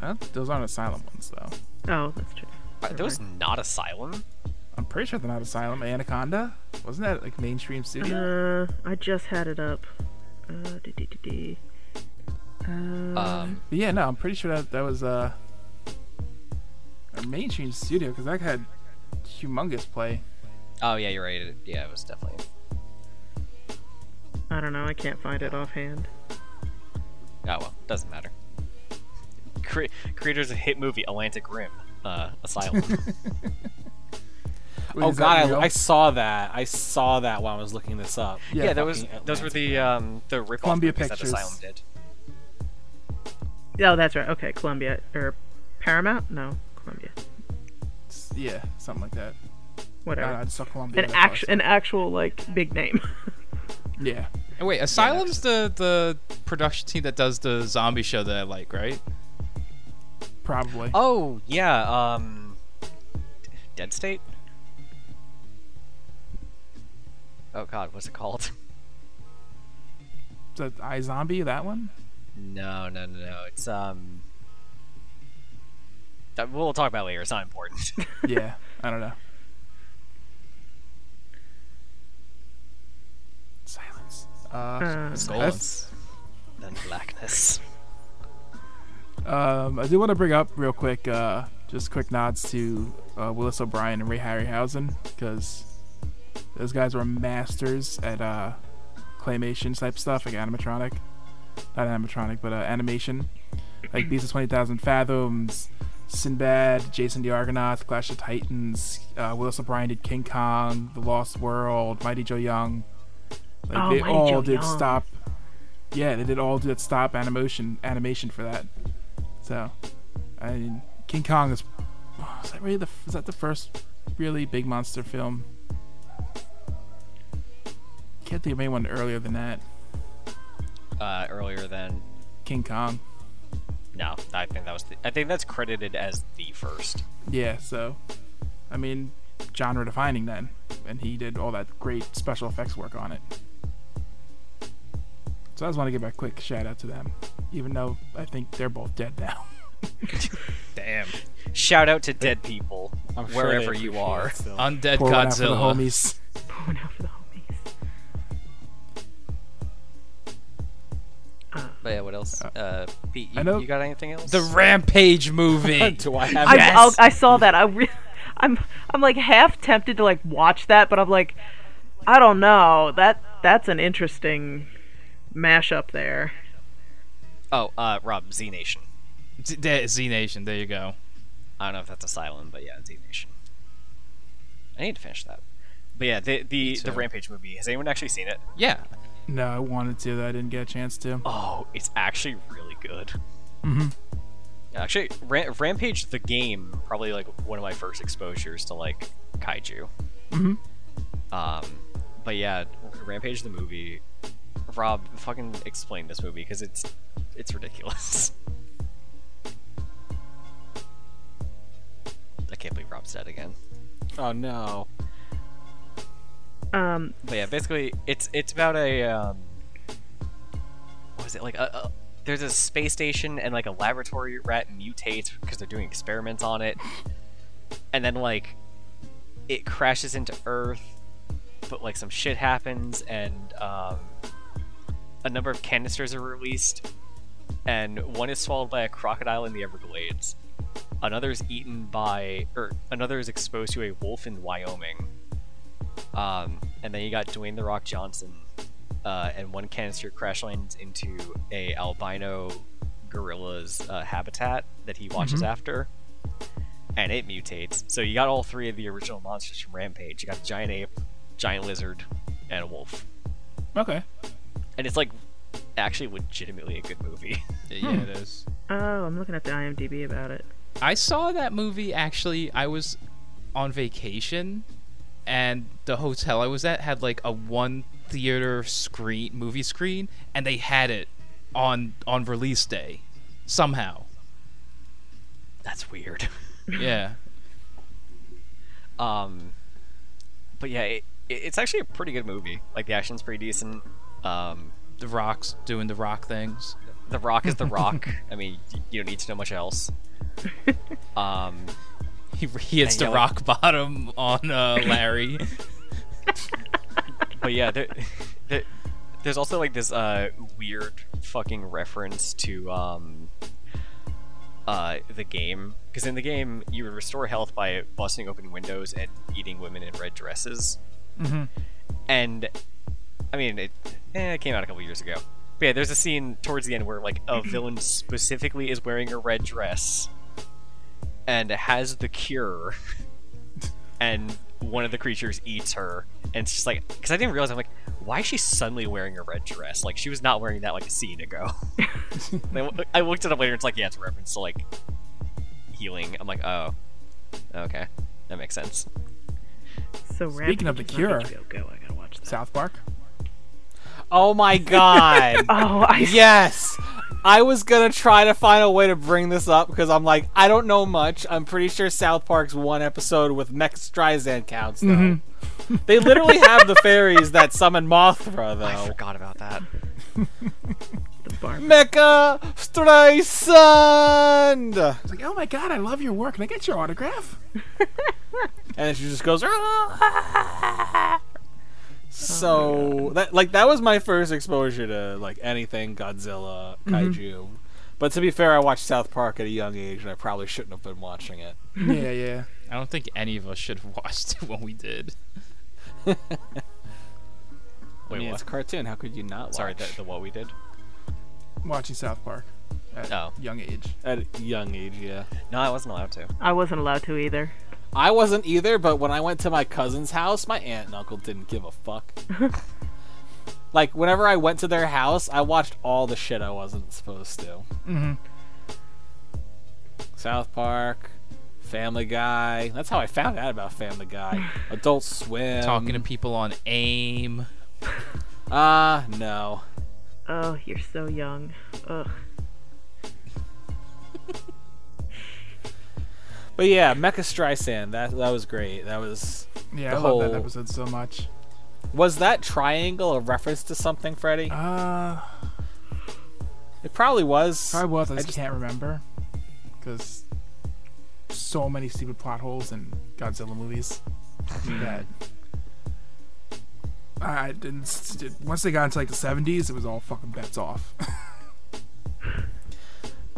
S1: Huh? those aren't asylum ones though.
S4: Oh, that's true.
S5: Are those not Asylum?
S1: I'm pretty sure they're not asylum. Anaconda wasn't that like mainstream studio?
S4: Uh, I just had it up. Uh, dee, dee, dee, dee.
S5: Um,
S1: Mm-hmm. But yeah, no, I'm pretty sure that that was uh, a mainstream studio because that had humongous play.
S5: oh yeah, you're right. It- Yeah, it was definitely.
S4: I don't know. I can't find it offhand.
S5: Oh well, doesn't matter. Cre- creators of hit movie Atlantic Rim, uh, Asylum.
S1: Wait,
S2: Oh
S1: is that
S2: god,
S1: real?
S2: I, I saw that. I saw that while I was looking this up.
S1: Yeah,
S5: yeah, that was
S2: fucking
S5: those were the um the rip
S1: Columbia
S5: movies
S1: Pictures.
S5: that Asylum did.
S4: Oh, that's right. Okay, Columbia or Paramount? No, Columbia.
S1: yeah, something like that. I,
S4: Whatever.
S1: I just saw Columbia.
S4: an
S1: that
S4: actual,
S1: was-
S4: an actual like big name.
S1: Yeah,
S3: And wait, Asylum's the the production team that does the zombie show that I like, right?
S1: probably.
S5: Oh yeah, um, Dead State. Oh god, what's it called?
S1: The I Zombie, that one.
S5: No, no, no, no. It's um. That, we'll talk about it later. It's not important.
S1: Yeah, I don't know. Silence. Uh,
S4: Uh,
S5: Silence. Then blackness.
S1: um, I do want to bring up real quick, uh, just quick nods to uh, Willis O'Brien and Ray Harryhausen because those guys were masters at uh, claymation type stuff, like animatronic, not animatronic, but uh, animation, like Beast of Twenty Thousand Fathoms, Sinbad, Jason the Argonauts, Clash of Titans. Uh, Willis O'Brien did King Kong, The Lost World, Mighty Joe Young. Like
S4: Oh,
S1: they
S4: Mighty
S1: all
S4: Joe
S1: did
S4: Young.
S1: stop. Yeah, they did all did stop animation animation for that. So, I mean, King Kong is. oh, Is that really the? Is that the first really big monster film? Can't think of anyone earlier than that.
S5: Uh, earlier than
S1: King Kong.
S5: no, I think that was. The, I think that's credited as the first.
S1: Yeah, so I mean, genre defining then, and he did all that great special effects work on it. So I just want to give a quick shout out to them, even though I think they're both dead now.
S3: Damn.
S5: Shout out to dead people
S2: I'm sure they
S5: wherever you
S2: appreciate
S5: are.
S2: it still.
S3: Undead
S1: Pour one out for the
S3: Godzilla.
S1: homies.
S4: Pulling out for the homies.
S5: But yeah, what else? Uh, Pete, you,
S1: I know-
S5: you got anything else?
S3: The Rampage movie.
S2: Do I have
S4: I,
S2: yes?
S4: I'll, I saw that. I re- I'm I'm like half tempted to like watch that, but I'm like, I don't know. That that's an interesting mashup there.
S5: oh, uh, Rob Z Nation.
S3: Z- there- Z Nation. There you go.
S5: I don't know if that's Asylum, but yeah, Z Nation. I need to finish that. But yeah, the the, the
S3: too.
S5: Rampage movie. Has anyone actually seen it?
S3: Yeah.
S1: No, I wanted to, that I didn't get a chance to.
S5: Oh, it's actually really good.
S1: Mhm.
S5: Actually, Ra- Rampage the game probably like one of my first exposures to like kaiju.
S1: Mhm.
S5: Um, but yeah, Rampage the movie. Rob, fucking explain this movie because it's it's ridiculous. I can't believe Rob's dead again.
S2: Oh no.
S4: Um,
S5: But yeah, basically, it's it's about a um, what is it like a, there's a space station and like a laboratory rat mutates because they're doing experiments on it, and then like it crashes into Earth, but like some shit happens and um, a number of canisters are released, and one is swallowed by a crocodile in the Everglades. Another is eaten by, or another is exposed to a wolf in Wyoming. Um, and then you got Dwayne the Rock Johnson, uh, and one canister crash lands into a albino gorilla's uh, habitat that he watches after, and it mutates. So you got all three of the original monsters from Rampage. You got a giant ape, giant lizard, and a wolf,
S1: Okay.
S5: and it's like actually legitimately a good movie.
S3: Yeah,
S1: Hmm.
S3: it is.
S4: Oh, I'm looking at the IMDb about it.
S3: I saw that movie actually. I was on vacation, and the hotel I was at had like a one theater screen movie screen, and they had it on on release day somehow.
S5: That's weird.
S3: Yeah,
S5: Um, but yeah, it, it- it's actually a pretty good movie. Like the action's pretty decent. Um,
S3: the rocks doing the rock things.
S5: The Rock is The Rock. I mean, y- you don't need to know much else. Um,
S3: He, he hits
S5: And
S3: the
S5: yellow.
S3: rock bottom on uh, Larry.
S5: but yeah, there, there, there's also like this uh, weird fucking reference to um, uh, the game because in the game you would restore health by busting open windows and eating women in red dresses.
S1: Mm-hmm.
S5: And I mean, it, eh, it came out a couple years ago. But yeah, there's a scene towards the end where like a villain specifically is wearing a red dress and has the cure, and one of the creatures eats her. And it's just like, because I didn't realize, I'm like, why is she suddenly wearing a red dress? Like she was not wearing that like a scene ago. And I w- I looked it up later. and It's like, yeah, it's a reference to like healing. I'm like, oh, okay, that makes sense.
S4: So
S1: Speaking of The
S4: Rampage is
S1: Cure.
S4: on HBO Go. I gotta watch that.
S1: South Park.
S2: Oh my god.
S4: Oh, I
S2: yes. I was gonna try to find a way to bring this up because I'm like, I don't know much. I'm pretty sure South Park's one episode with Max Streisand counts though. they literally have the fairies that summon Mothra
S5: I
S2: though.
S5: forgot about that.
S4: the bar.
S2: Mecha Streisand,
S1: It's like, oh my god, I love your work. Can I get your autograph?
S2: and she just goes. "Ah." So that like that was my first exposure to like anything Godzilla, kaiju. But to be fair, I watched South Park at a young age, and I probably shouldn't have been watching it.
S1: yeah, yeah.
S3: I don't think any of us should have watched it when we did.
S2: I
S5: Wait,
S2: mean,
S5: what?
S2: it's a cartoon. How could you not?
S5: Sorry, the,
S2: watch
S5: the what we did.
S1: Watching South Park at
S5: Oh.
S1: young age.
S2: at a young age, yeah.
S5: No, I wasn't allowed to.
S4: I wasn't allowed to either.
S2: I wasn't either, but when I went to my cousin's house, my aunt and uncle didn't give a fuck. like whenever I went to their house, I watched all the shit I wasn't supposed to.
S1: Mm-hmm.
S2: South Park, Family Guy. That's how I found out about Family Guy. Adult Swim.
S3: Talking to people on AIM.
S2: Ah, uh, no.
S4: Oh, you're so young. Ugh.
S2: But yeah, Mecha Streisand. That that was great. That was
S1: Yeah,
S2: The
S1: I love
S2: whole-
S1: that episode so much.
S2: was that triangle a reference to something, Freddy?
S1: Uh,
S2: It probably was.
S1: probably was. I just,
S2: just-
S1: can't remember because so many stupid plot holes in Godzilla movies that I didn't. s- s- Once they got into like the seventies, it was all fucking bets off.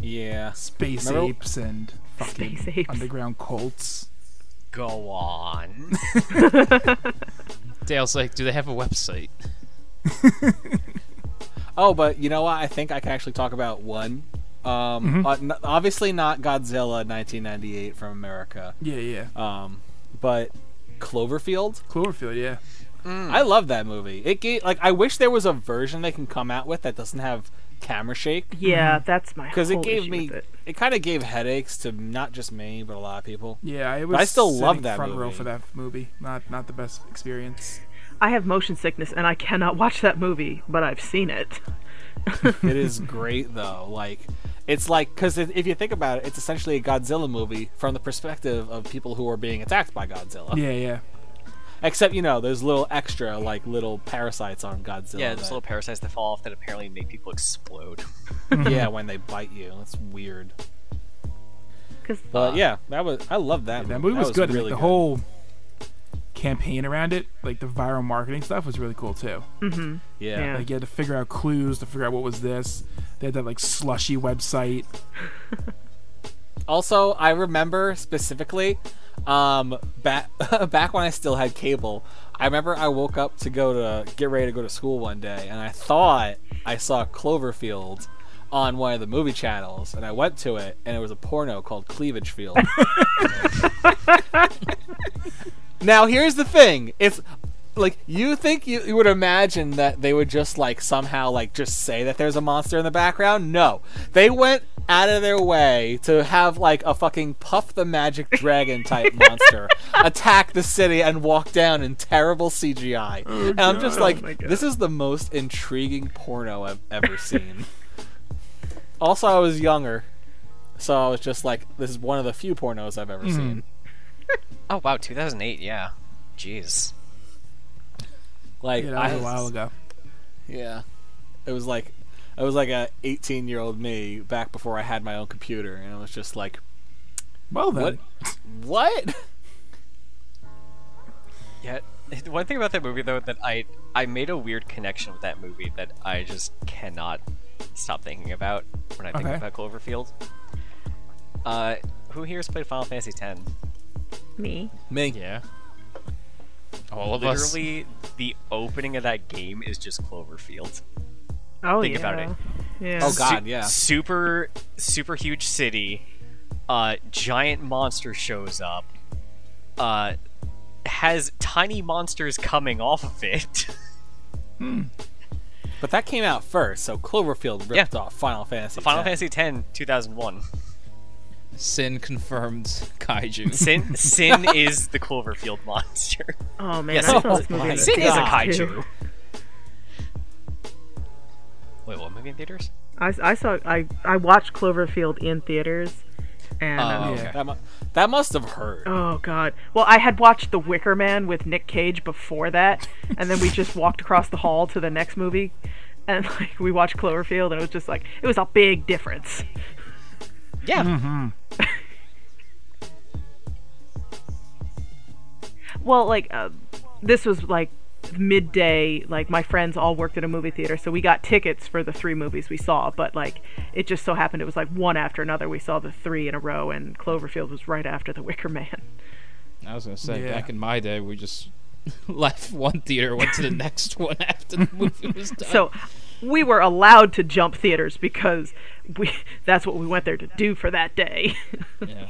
S2: Yeah.
S1: Space
S2: Remember-
S1: apes and fucking
S4: Space apes.
S1: underground cults.
S5: Go on.
S3: Dale's like, do they have a website?
S2: Oh, but you know what? I think I can actually talk about one. Um, uh, n- obviously not Godzilla 1998 from America,
S1: Yeah, yeah.
S2: um, but Cloverfield.
S1: Cloverfield. Yeah.
S2: I love that movie. It gave, like I wish there was a version they can come out with that doesn't have camera shake
S4: Yeah, that's my
S2: because
S4: because
S2: it gave me
S4: With
S2: it,
S4: it.
S2: kind of gave headaches to not just me but a lot of people.
S1: Yeah, I was.
S2: But I still
S1: sitting
S2: love that
S1: front row
S2: movie.
S1: for that movie. Not not the best experience.
S4: I have motion sickness and I cannot watch that movie, but I've seen it.
S2: it is great though. Like it's like because if you think about it, it's essentially a Godzilla movie from the perspective of people who are being attacked by Godzilla.
S1: Yeah, yeah.
S2: Except you know, there's little extra like little parasites on Godzilla.
S5: Yeah, there's
S2: that-
S5: little parasites that fall off that apparently make people explode.
S2: yeah when they bite you. It's weird.
S4: 'Cause-
S5: Uh,
S2: But yeah, that was I love that.
S1: That movie was,
S2: That
S1: good. and, like,
S2: Really
S1: the
S2: good.
S1: whole campaign around it, like the viral marketing stuff, was really cool too.
S2: yeah.
S4: Yeah.
S1: Like you had to figure out clues to figure out what was this. They had that like slushy website.
S2: Also, I remember specifically, um, back back when I still had cable. I remember I woke up to go to get ready to go to school one day, and I thought I saw Cloverfield on one of the movie channels, and I went to it, and it was a porno called Cleavage Field. now, here's the thing: it's like you think you, you would imagine that they would just like somehow like just say that there's a monster in the background no they went out of their way to have like a fucking puff the magic dragon type monster attack the city and walk down in terrible cgi and i'm just like
S4: my God.
S2: this is the most intriguing porno i've ever seen also i was younger so i was just like this is one of the few pornos i've ever seen
S5: Oh wow, 2008. Yeah, jeez.
S2: like
S1: Yeah,
S2: I
S1: that was a while ago.
S2: Yeah. It was like I was like a 18 year old me back before I had my own computer, and I was just like,
S1: Well then,
S2: what? What?
S5: Yeah. One thing about that movie though that I I made a weird connection with that movie that I just cannot stop thinking about when I think
S1: Okay.
S5: about Cloverfield. Uh, who here's played Final Fantasy X?
S4: me.
S2: Me.
S3: Yeah. All of us.
S5: Literally, the opening of that game is just Cloverfield.
S4: Oh
S5: Think
S4: yeah.
S5: about it.
S4: Yeah.
S2: Oh, God, yeah.
S5: Super, super huge city. Uh, giant monster shows up. Uh, has tiny monsters coming off of it.
S2: But that came out first, so Cloverfield ripped
S5: Yeah.
S2: off Final Fantasy.
S5: Final
S2: X.
S5: Fantasy X, 2001.
S3: Sin confirmed kaiju.
S5: Sin, Sin is the Cloverfield monster.
S4: Oh man,
S5: Yes,
S4: I
S5: it-
S4: saw this movie.
S2: my
S4: in the
S5: Sin is a
S2: God.
S4: theaters, too.
S5: kaiju. Wait, what movie in theaters?
S4: I, I saw. I I watched Cloverfield in theaters, and.
S5: Oh,
S4: um,
S1: okay.
S2: That, mu- that must have hurt.
S4: Oh god. Well, I had watched The Wicker Man with Nick Cage before that, and then we just walked across the hall to the next movie, and like we watched Cloverfield, and it was just like it was a big difference.
S5: Yeah.
S4: Well, like uh, this was like midday. Like my friends all worked at a movie theater, so we got tickets for the three movies we saw. But like it just so happened it was like one after another. We saw the three in a row, and Cloverfield was right after The Wicker Man.
S3: I was gonna say,
S1: Yeah.
S3: back in my day, we just left one theater, went to the next one after the movie was done.
S4: So we were allowed to jump theaters because we that's what we went there to do for that day.
S3: yeah.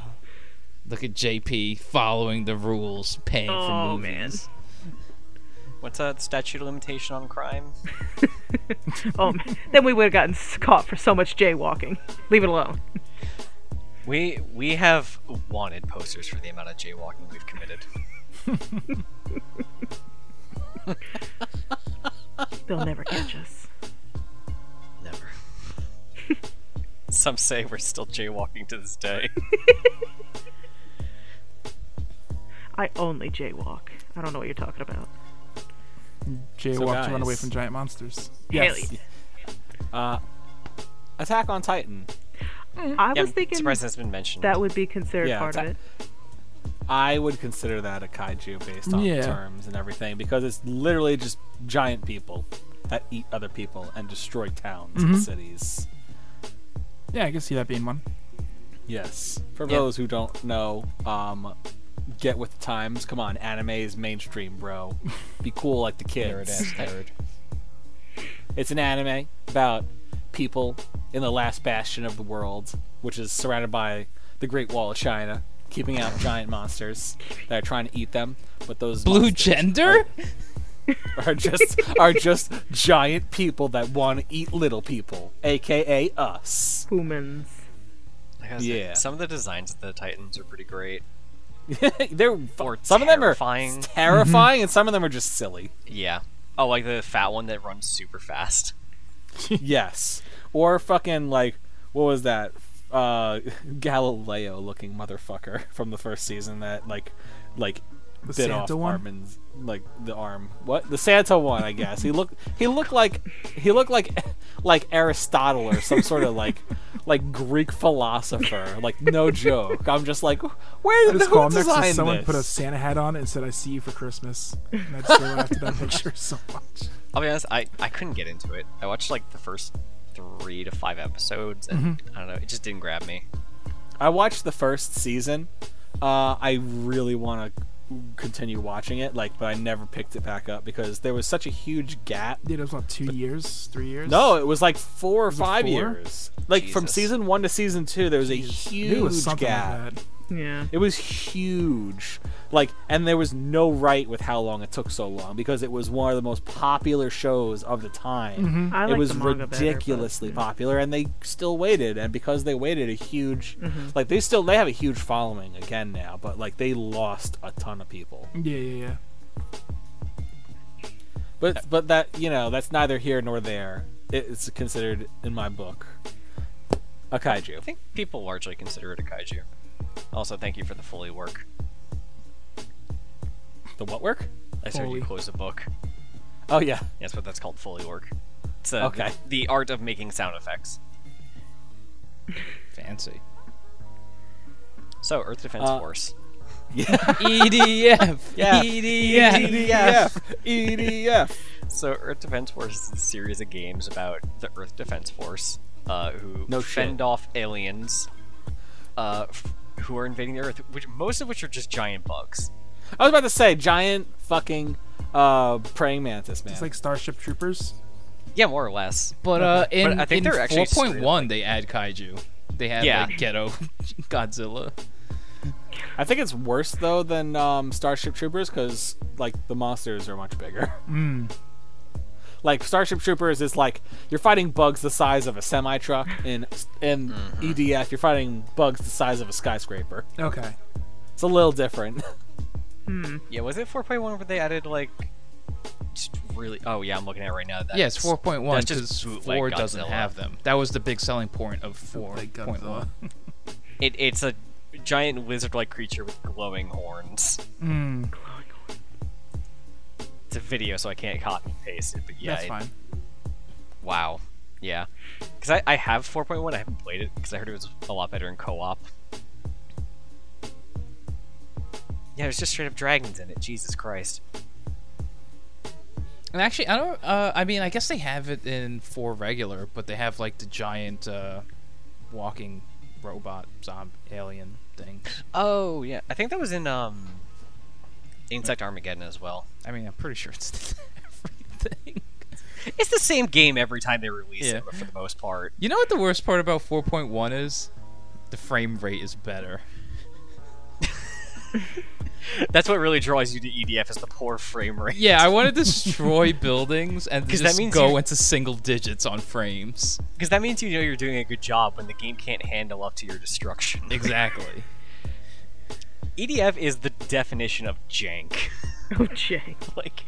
S3: Look at JP following the rules, paying
S4: Oh,
S3: for
S4: man.
S3: movies.
S5: What's that statute of limitation on crime?
S4: oh, man. then we would have gotten s- caught for so much jaywalking. Leave it alone.
S5: We we have wanted posters for the amount of jaywalking we've committed.
S4: They'll never catch us.
S5: Never. Some say we're still jaywalking to this day.
S4: I only jaywalk. I don't know what you're talking about.
S1: Jay
S2: So
S1: walked to run away
S2: guys-
S1: from giant monsters.
S4: Yes.
S2: Uh, Attack on Titan.
S4: I
S5: Yeah,
S4: was
S5: I'm
S4: thinking
S5: surprised that's been mentioned.
S4: that would be considered
S2: Yeah,
S4: part of
S2: ta-
S4: it.
S2: I would consider that a kaiju based on
S1: Yeah.
S2: terms and everything because it's literally just giant people that eat other people and destroy towns and cities.
S1: Yeah, I can see that being one.
S2: Yes. For
S5: Yeah.
S2: those who don't know, um, get with the times. Come on, anime is mainstream, bro. Be cool like the kids. It's an anime about people in the last bastion of the world, which is surrounded by the Great Wall of China, keeping out giant monsters that are trying to eat them. But those
S3: Blue
S2: monsters
S3: gender?
S2: are, are just are just giant people that want to eat little people, aka us.
S4: Humans.
S5: I gotta say,
S2: Yeah.
S5: Some of the designs of the Titans are pretty great.
S2: They're
S5: Or
S2: some of them are
S5: terrifying.
S2: terrifying, and some of them are just silly.
S5: Yeah. Oh, like the fat one that runs super fast.
S2: Yes. Or fucking like what was that? Uh Galileo looking motherfucker from the first season that like like
S1: The
S2: bit
S1: Santa
S2: off
S1: one?
S2: Armin's like the arm. What the Santa one? I guess he looked he looked like he looked like like Aristotle or some sort of like like Greek philosopher. Like no joke. I'm just like where
S1: I
S2: did
S1: just
S2: who
S1: called next to
S2: designed
S1: someone
S2: this?
S1: put a Santa hat on and said, "I see you for Christmas." And I just go after that picture so much.
S5: I'll be honest, I, I couldn't get into it. I watched like the first three to five episodes, and
S2: Mm-hmm.
S5: I don't know, it just didn't grab me.
S2: I watched the first season. Uh, I really want to continue watching it, like, but I never picked it back up because there was such a huge gap.
S1: Dude, it was like two years, three years.
S2: No, it was like four or five
S1: four?
S2: years. Like from
S5: Jesus.
S2: season one to season two, there was a
S1: I knew
S2: huge
S1: it was something
S2: gap.
S1: like that.
S4: Yeah.
S2: It was huge. Like, and there was no right with how long it took so long because it was one of the most popular shows of the time.
S5: Mm-hmm.
S4: I like
S2: it was
S4: the manga better, but-
S2: ridiculously popular, and they still waited. And because they waited, a huge,
S4: Mm-hmm.
S2: like, they still they have a huge following again now, but like they lost a ton of people.
S1: Yeah, yeah, yeah.
S2: But but that you know that's neither here nor there. It, it's considered in my book a kaiju.
S5: I think people largely consider it a kaiju. Also, thank you for the Foley work.
S2: The what work?
S5: I said
S1: Foley.
S5: you close a book.
S2: Oh yeah.
S5: That's what that's called, Foley work. It's uh,
S2: Okay.
S5: the, the art of making sound effects.
S3: Fancy.
S5: So, Earth Defense
S2: Uh,
S5: Force.
S3: E EDF.
S2: Yeah.
S3: E
S2: E
S5: E
S3: EDF.
S2: EDF. E EDF.
S5: So, Earth Defense Force is a series of games about the Earth Defense Force, uh, who
S2: No shit.
S5: fend off aliens uh, f- who are invading the Earth, which most of which are just giant bugs.
S2: I was about to say giant fucking uh praying mantis man.
S1: It's like Starship Troopers.
S5: Yeah, more or less.
S3: But uh, in,
S5: I think
S3: in
S5: they're actually straight up,
S3: 4.1, they add kaiju. They have
S5: Yeah.
S3: like ghetto Godzilla.
S2: I think it's worse though than um Starship Troopers cuz like the monsters are much bigger. Like Starship Troopers is like you're fighting bugs the size of a semi truck in in
S5: Mm-hmm.
S2: EDF you're fighting bugs the size of a skyscraper.
S1: Okay.
S2: It's a little different.
S5: Yeah, was it 4.1 where they added like just really? Oh yeah, I'm looking at it right now. That's,
S3: Yes, 4.1
S5: That's just
S3: because
S5: bootleg
S3: 4 doesn't
S5: Godzilla.
S3: have them. That was the big selling point of
S1: Like Godzilla.
S3: 4.1.
S5: It, it's a giant lizard-like creature with glowing horns.
S1: Mm,
S4: Oh,
S5: It's a video, so I can't copy and paste it. But yeah,
S1: that's
S5: it-
S1: fine.
S5: wow. Yeah, because I, I have 4.1. I haven't played it because I heard it was a lot better in co-op. Yeah, there's just straight up dragons in it. Jesus Christ.
S3: And actually, I don't. Uh, I mean, I guess they have it in 4 regular, but they have like the giant uh, walking robot zombie alien thing.
S5: Oh yeah, I think that was in um, Insect Armageddon as well.
S3: I mean, I'm pretty sure it's everything.
S5: It's the same game every time they release
S3: Yeah.
S5: it, but for the most part.
S3: You know what the worst part about 4.1 is? The frame rate is better.
S5: That's what really draws you to EDF is the poor frame rate.
S3: Yeah, I want to destroy buildings and just
S5: 'Cause that means
S3: go
S5: you-
S3: into single digits on frames.
S5: Because that means you know you're doing a good job when the game can't handle up to your destruction.
S3: Exactly.
S5: EDF is the definition of jank.
S4: Oh, Jay.
S5: like,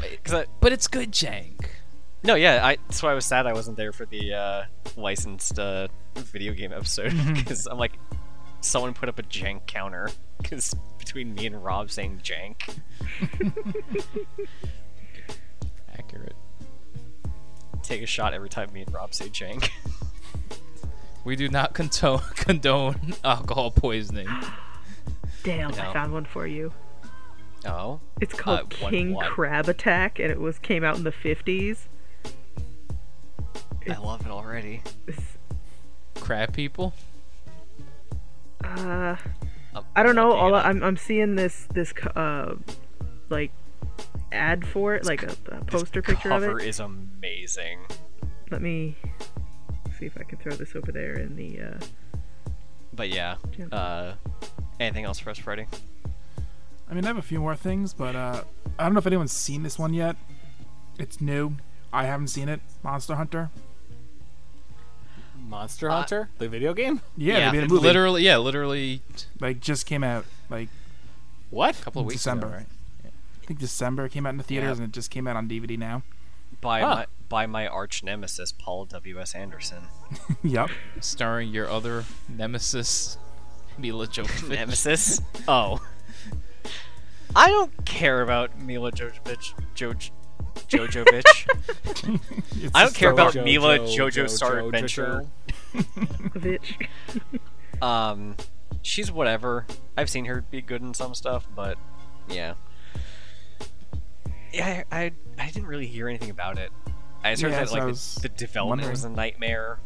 S5: because
S3: but it's good jank.
S5: no, yeah, I, that's why I was sad I wasn't there for the uh, licensed uh, video game episode
S4: Mm-hmm.
S5: because I'm like, someone put up a jank counter because between me and Rob saying jank,
S3: Accurate.
S5: take a shot every time me and Rob say jank.
S3: We do not condone, condone alcohol poisoning.
S4: Dale,
S5: No.
S4: I found one for you.
S5: oh,
S4: It's called
S5: Uh, one
S4: King
S5: what?
S4: Crab Attack, and it was came out in the 50s.
S5: I love it already.
S4: It's-
S3: Crab people?
S4: Uh,
S5: I'm
S4: I don't know.
S5: looking
S4: All
S5: it
S4: I,
S5: up.
S4: I'm I'm seeing this this co- uh like ad for it, like a, a poster picture of
S5: cover
S4: it.
S5: is amazing.
S4: Let me see if I can throw this over there in the. Uh...
S5: But yeah.
S4: Yeah.
S5: Uh, anything else for us, Freddy?
S1: I mean, I have a few more things, but uh, I don't know if anyone's seen this one yet. It's new. I haven't seen it. Monster Hunter.
S2: Monster Hunter, the video game?
S1: Yeah, they made a movie.
S3: literally. Yeah, literally
S1: Like just came out. Like
S2: What?
S3: a couple of weeks
S1: December.
S3: ago. Right?
S1: I think December it came out in the theaters,
S5: Yeah.
S1: and it just came out on DVD now.
S5: By
S2: Huh.
S5: my by my arch nemesis, Paul W. S. Anderson.
S1: yep.
S3: Starring your other nemesis, Mila Jovovich.
S5: Nemesis? oh. I don't care about Mila Jojovic. Joj, Jojovic.
S1: It's
S5: I don't
S1: just
S5: care
S1: so-
S5: about
S2: Jo-
S5: Mila
S2: Jo- Jo-
S5: Jojo Star
S2: Jo-
S5: Adventure.
S4: Bitch.
S5: Um, she's whatever. I've seen her be good in some stuff, but yeah. Yeah, I I, I didn't really hear anything about it. I just heard
S1: Yeah,
S5: that
S1: so
S5: like
S1: I
S5: the-
S1: was
S5: the development was a nightmare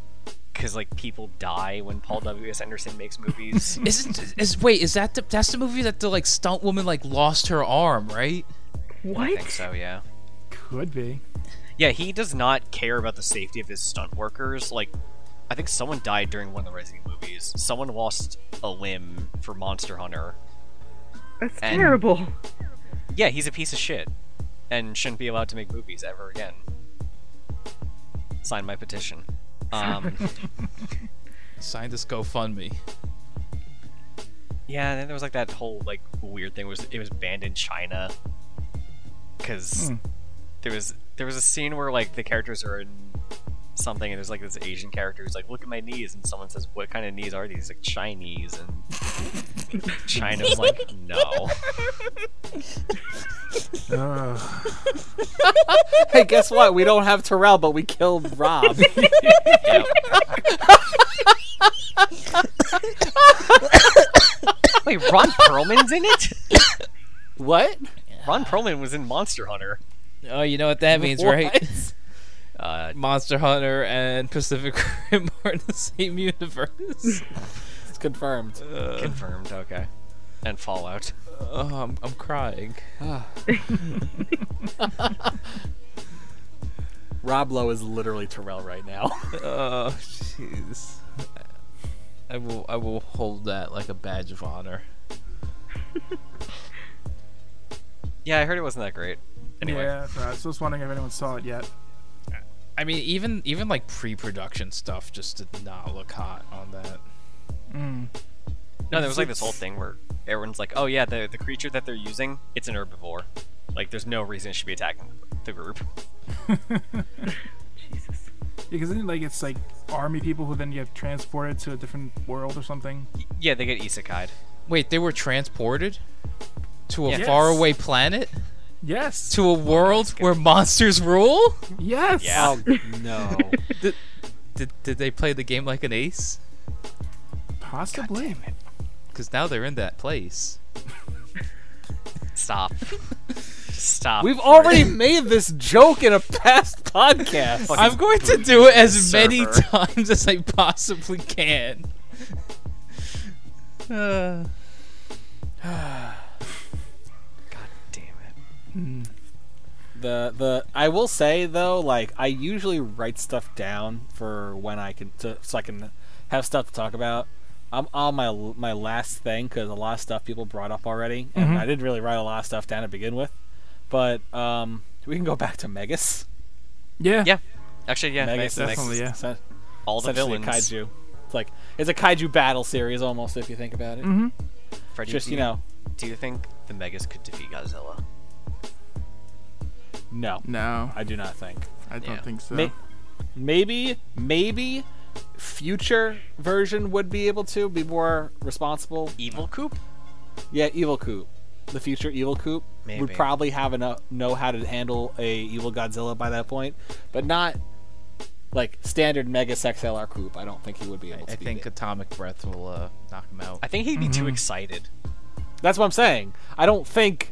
S5: because like people die when Paul W S Anderson makes movies.
S3: Isn't is wait is that the that's the movie that the like stunt woman like lost her arm right?
S5: I
S4: What?
S5: think so, yeah.
S1: Could be.
S5: Yeah, he does not care about the safety of his stunt workers. Like, I think someone died during one of the Resident Evil movies. Someone lost a limb for Monster Hunter.
S4: That's
S5: And-
S4: terrible.
S5: Yeah, he's a piece of shit and shouldn't be allowed to make movies ever again. Sign my petition. Um,
S3: Sign this GoFundMe.
S5: yeah, and then there was like that whole like weird thing was it was banned in China because
S1: Hmm.
S5: there was there was a scene where like the characters are in something and there's like this Asian character who's like, look at my knees, and someone says, what kind of knees are these? He's like Chinese, and China's like, no.
S1: Ugh.
S2: Hey, guess what? We don't have Terrell, but we killed Rob.
S5: Yep. Wait, Ron Perlman's in it?
S2: what?
S5: Ron Perlman was in Monster Hunter.
S3: Oh, you know what that means, right?
S2: What?
S5: Uh,
S3: Monster Hunter and Pacific Rim are in the same universe.
S2: It's confirmed.
S5: confirmed, okay. And Fallout.
S3: Oh, I'm, I'm crying.
S2: Rob Lowe is literally Terrell right now.
S3: Oh, jeez. I will I will hold that like a badge of honor.
S5: Yeah, I heard it wasn't that great. Anyway,
S1: Yeah, so I was just wondering if anyone saw it yet.
S3: I mean, even even like pre-production stuff just did not look hot on that.
S1: Mm.
S5: no, there was like this whole thing where everyone's like, oh yeah, the, the creature that they're using, it's an herbivore. Like, there's no reason it should be attacking the group.
S4: Jesus.
S1: Because isn't it like it's like army people who then get transported to a different world or something?
S5: Yeah, they get isekai'd.
S3: Wait, they were transported to a
S5: Yes.
S3: faraway planet,
S1: Yes.
S3: to a world where monsters rule.
S1: yes.
S5: Yeah.
S2: Oh no.
S3: Did did they play the game like an ace?
S1: Possibly.
S3: Because now they're in that place.
S5: Stop. Stop.
S2: We've already made this joke in a past podcast.
S5: Fucking
S3: I'm going to do it as
S5: server.
S3: many times as I possibly can. Uh,
S5: Damn it.
S2: the the I will say though, like I usually write stuff down for when I can, to, so I can have stuff to talk about. I'm on my my last thing because a lot of stuff people brought up already, and I didn't really write a lot of stuff down to begin with. But um, we can go back to Megas.
S1: Yeah.
S5: Yeah. Actually, yeah,
S2: Megas,
S5: nice- nice.
S1: definitely, yeah.
S2: sen-
S5: all the
S2: essentially a
S5: villains.
S2: kaiju. It's like it's a kaiju battle series almost if you think about it.
S1: Mm-hmm.
S5: Freddy,
S2: Just
S5: do
S2: you know,
S5: Do you think the Megas could defeat Godzilla?
S2: no,
S1: No,
S2: I do not think.
S1: I don't
S5: Yeah.
S1: think so.
S2: May- maybe maybe future version would be able to be more responsible
S5: Evil Coop?
S2: yeah evil coop the future evil coop would
S5: Maybe.
S2: probably have enough know how to handle a evil godzilla by that point but not like standard mega xlr coop i don't think he would be able to
S3: I
S2: beat
S3: think
S2: it.
S3: Atomic Breath will uh, knock him out.
S5: I think he'd be too excited.
S2: that's what i'm saying i don't think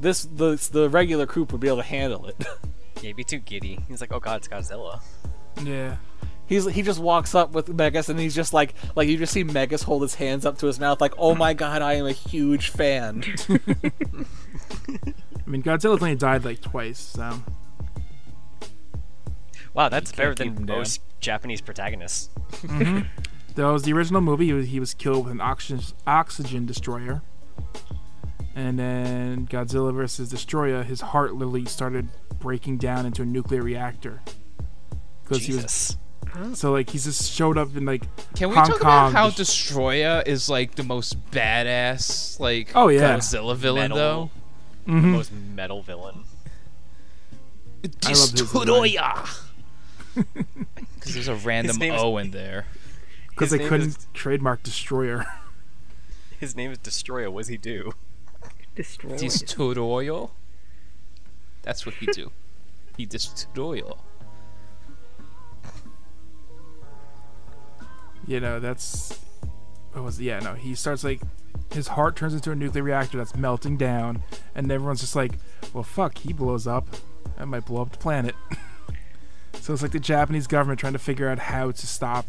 S2: this the, the regular coop would be able to handle it
S5: Yeah, he'd be too giddy. He's like, oh god, it's Godzilla.
S1: yeah.
S2: He's he just walks up with Megas and he's just like like you just see Megas hold his hands up to his mouth like oh my god I am a huge fan.
S1: I mean, Godzilla's only died like twice, so
S5: Wow, that's better
S2: keep him
S5: than
S2: down.
S5: most Japanese protagonists.
S1: that was the original movie. He was, he was killed with an oxygen oxygen destroyer, and then Godzilla versus Destroyer. His heart literally started breaking down into a nuclear reactor because he was
S5: Jesus.
S1: so like he just showed up in like
S3: Can we
S1: Hong
S3: talk
S1: Kong
S3: about how
S1: dest-
S3: Destroya is like the most badass like
S1: Oh, yeah.
S3: Godzilla villain
S5: Metal.
S3: though?
S5: The most metal villain.
S1: I love his design.
S3: Because there's a random
S5: name is-
S3: O in there.
S1: because
S5: His
S1: they
S5: name
S1: couldn't
S5: is-
S1: trademark Destroyer.
S5: His name is Destroyer. What does he do?
S4: Destroyed.
S3: Destroyo. That's what he do. he destroyo.
S1: You know, that's what was yeah, no, he starts like his heart turns into a nuclear reactor that's melting down and everyone's just like, Well fuck, he blows up. That might blow up the planet. so it's like the Japanese government trying to figure out how to stop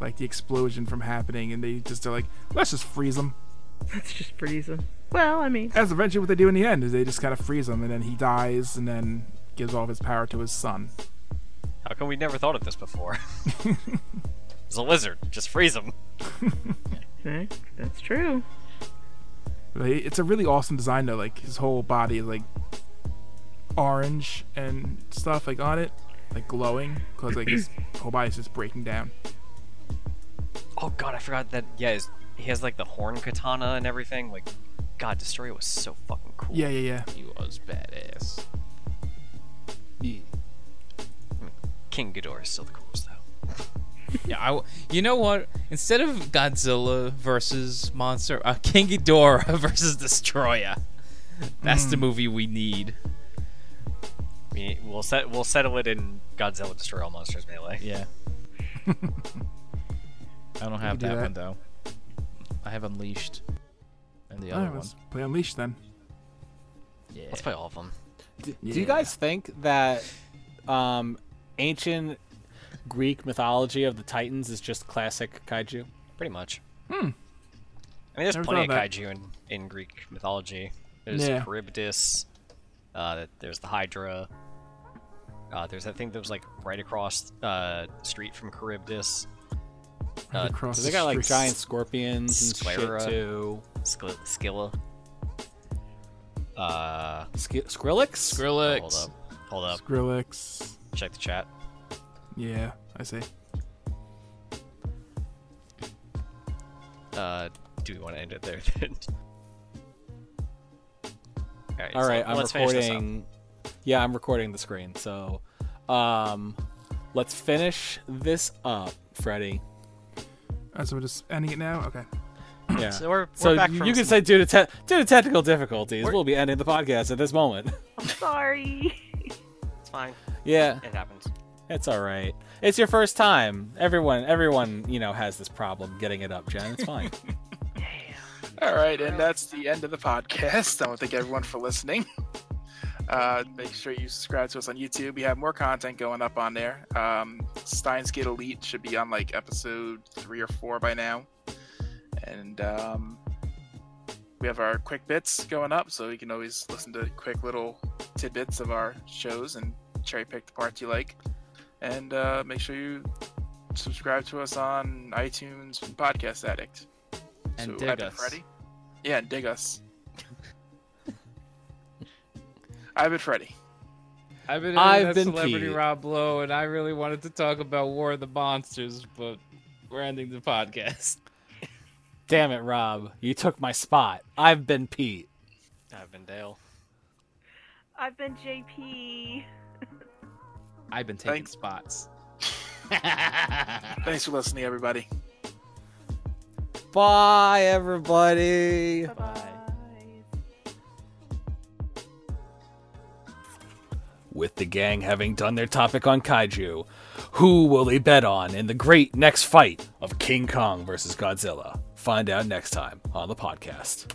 S1: like the explosion from happening and they just are like, Let's just freeze him.
S4: Let's just freeze him. Well, I mean,
S1: That's eventually what they do in the end, is they just kinda freeze him and then he dies and then gives all of his power to his son.
S5: How come we never thought of this before? He's a lizard. Just freeze him.
S4: eh, that's true.
S1: But he- It's a really awesome design though. Like his whole body is like orange and stuff like on it, like glowing because like his whole body is just breaking down.
S5: Oh god, I forgot that. Yeah, his, he has like the horn katana and everything. Like, God, Destroyer was so fucking cool.
S1: Yeah, yeah, yeah.
S3: He was badass.
S5: King Ghidorah is still the coolest though.
S3: Yeah, I w- you know what? Instead of Godzilla versus monster, uh, King Ghidorah versus Destroyer. That's the movie we need.
S5: We, we'll set we'll settle it in Godzilla Destroy All Monsters melee.
S3: Yeah. I don't have
S1: do
S3: that,
S1: that.
S3: one though. I have Unleashed. And the
S1: All
S3: other
S1: right,
S3: one.
S1: let's play Unleashed then.
S3: Yeah.
S5: Let's play all of them.
S2: D- Do you guys think that um, ancient Greek mythology of the Titans is just classic kaiju?
S5: Pretty much. Hmm. I mean, there's
S1: Never
S5: plenty of
S1: thought of
S5: kaiju in, in Greek mythology. There's
S1: Yeah.
S5: Charybdis. Uh, there's the Hydra. Uh, there's that thing that was like right across uh street from Charybdis. Uh,
S1: Across
S2: So they got like
S1: streets.
S2: giant scorpions and
S5: Sclera.
S2: shit too.
S5: Skill- Skilla. Uh, oh,
S2: Sk- Skrillex?
S5: hold
S3: Skrillex.
S5: up. Hold up.
S1: Skrillex.
S5: Check the chat.
S1: Yeah, I see.
S5: Uh, do we want to end it there then? All right,
S2: All
S5: so
S2: right, I'm
S5: let's finish this up.
S2: recording. Yeah, I'm recording the screen. So, um, let's finish this up, Freddy.
S1: Uh, so we're just ending it now. Okay.
S2: Yeah.
S5: So we're, we're
S2: So
S5: back
S2: you,
S5: from
S2: you can
S5: some-
S2: say due to te- due to technical difficulties,
S5: We're-
S2: we'll be ending the podcast at this moment.
S4: Sorry.
S5: it's fine.
S2: yeah,
S5: It happens.
S2: it's all right. It's your first time. Everyone, everyone, you know, has this problem getting it up, Jen. It's fine.
S6: All right, and that's the end of the podcast. I want to thank everyone for listening. Uh, make sure you subscribe to us on YouTube. We have more content going up on there. Um, Steins Gate Elite should be on like episode three or four by now, and um, we have our quick bits going up, so you can always listen to quick little tidbits of our shows and cherry pick the parts you like. And uh, make sure you subscribe to us on iTunes Podcast Addict. So,
S3: And dig
S6: I've been
S3: us.
S6: Freddy. Yeah, and dig us. I've been Freddy.
S3: I've been
S2: I've
S3: that
S2: been
S3: celebrity
S2: Pete.
S3: Rob Lowe, and I really wanted to talk about War of the Monsters, but we're ending the podcast.
S2: Damn it, Rob, you took my spot. I've been Pete.
S5: I've been Dale.
S4: I've been JP.
S3: I've been taking
S6: Thanks.
S3: spots.
S6: Thanks for listening, everybody.
S2: Bye, everybody.
S4: Bye.
S2: With the gang having done their topic on kaiju, who will they bet on in the great next fight of King Kong versus Godzilla? Find out next time on the podcast.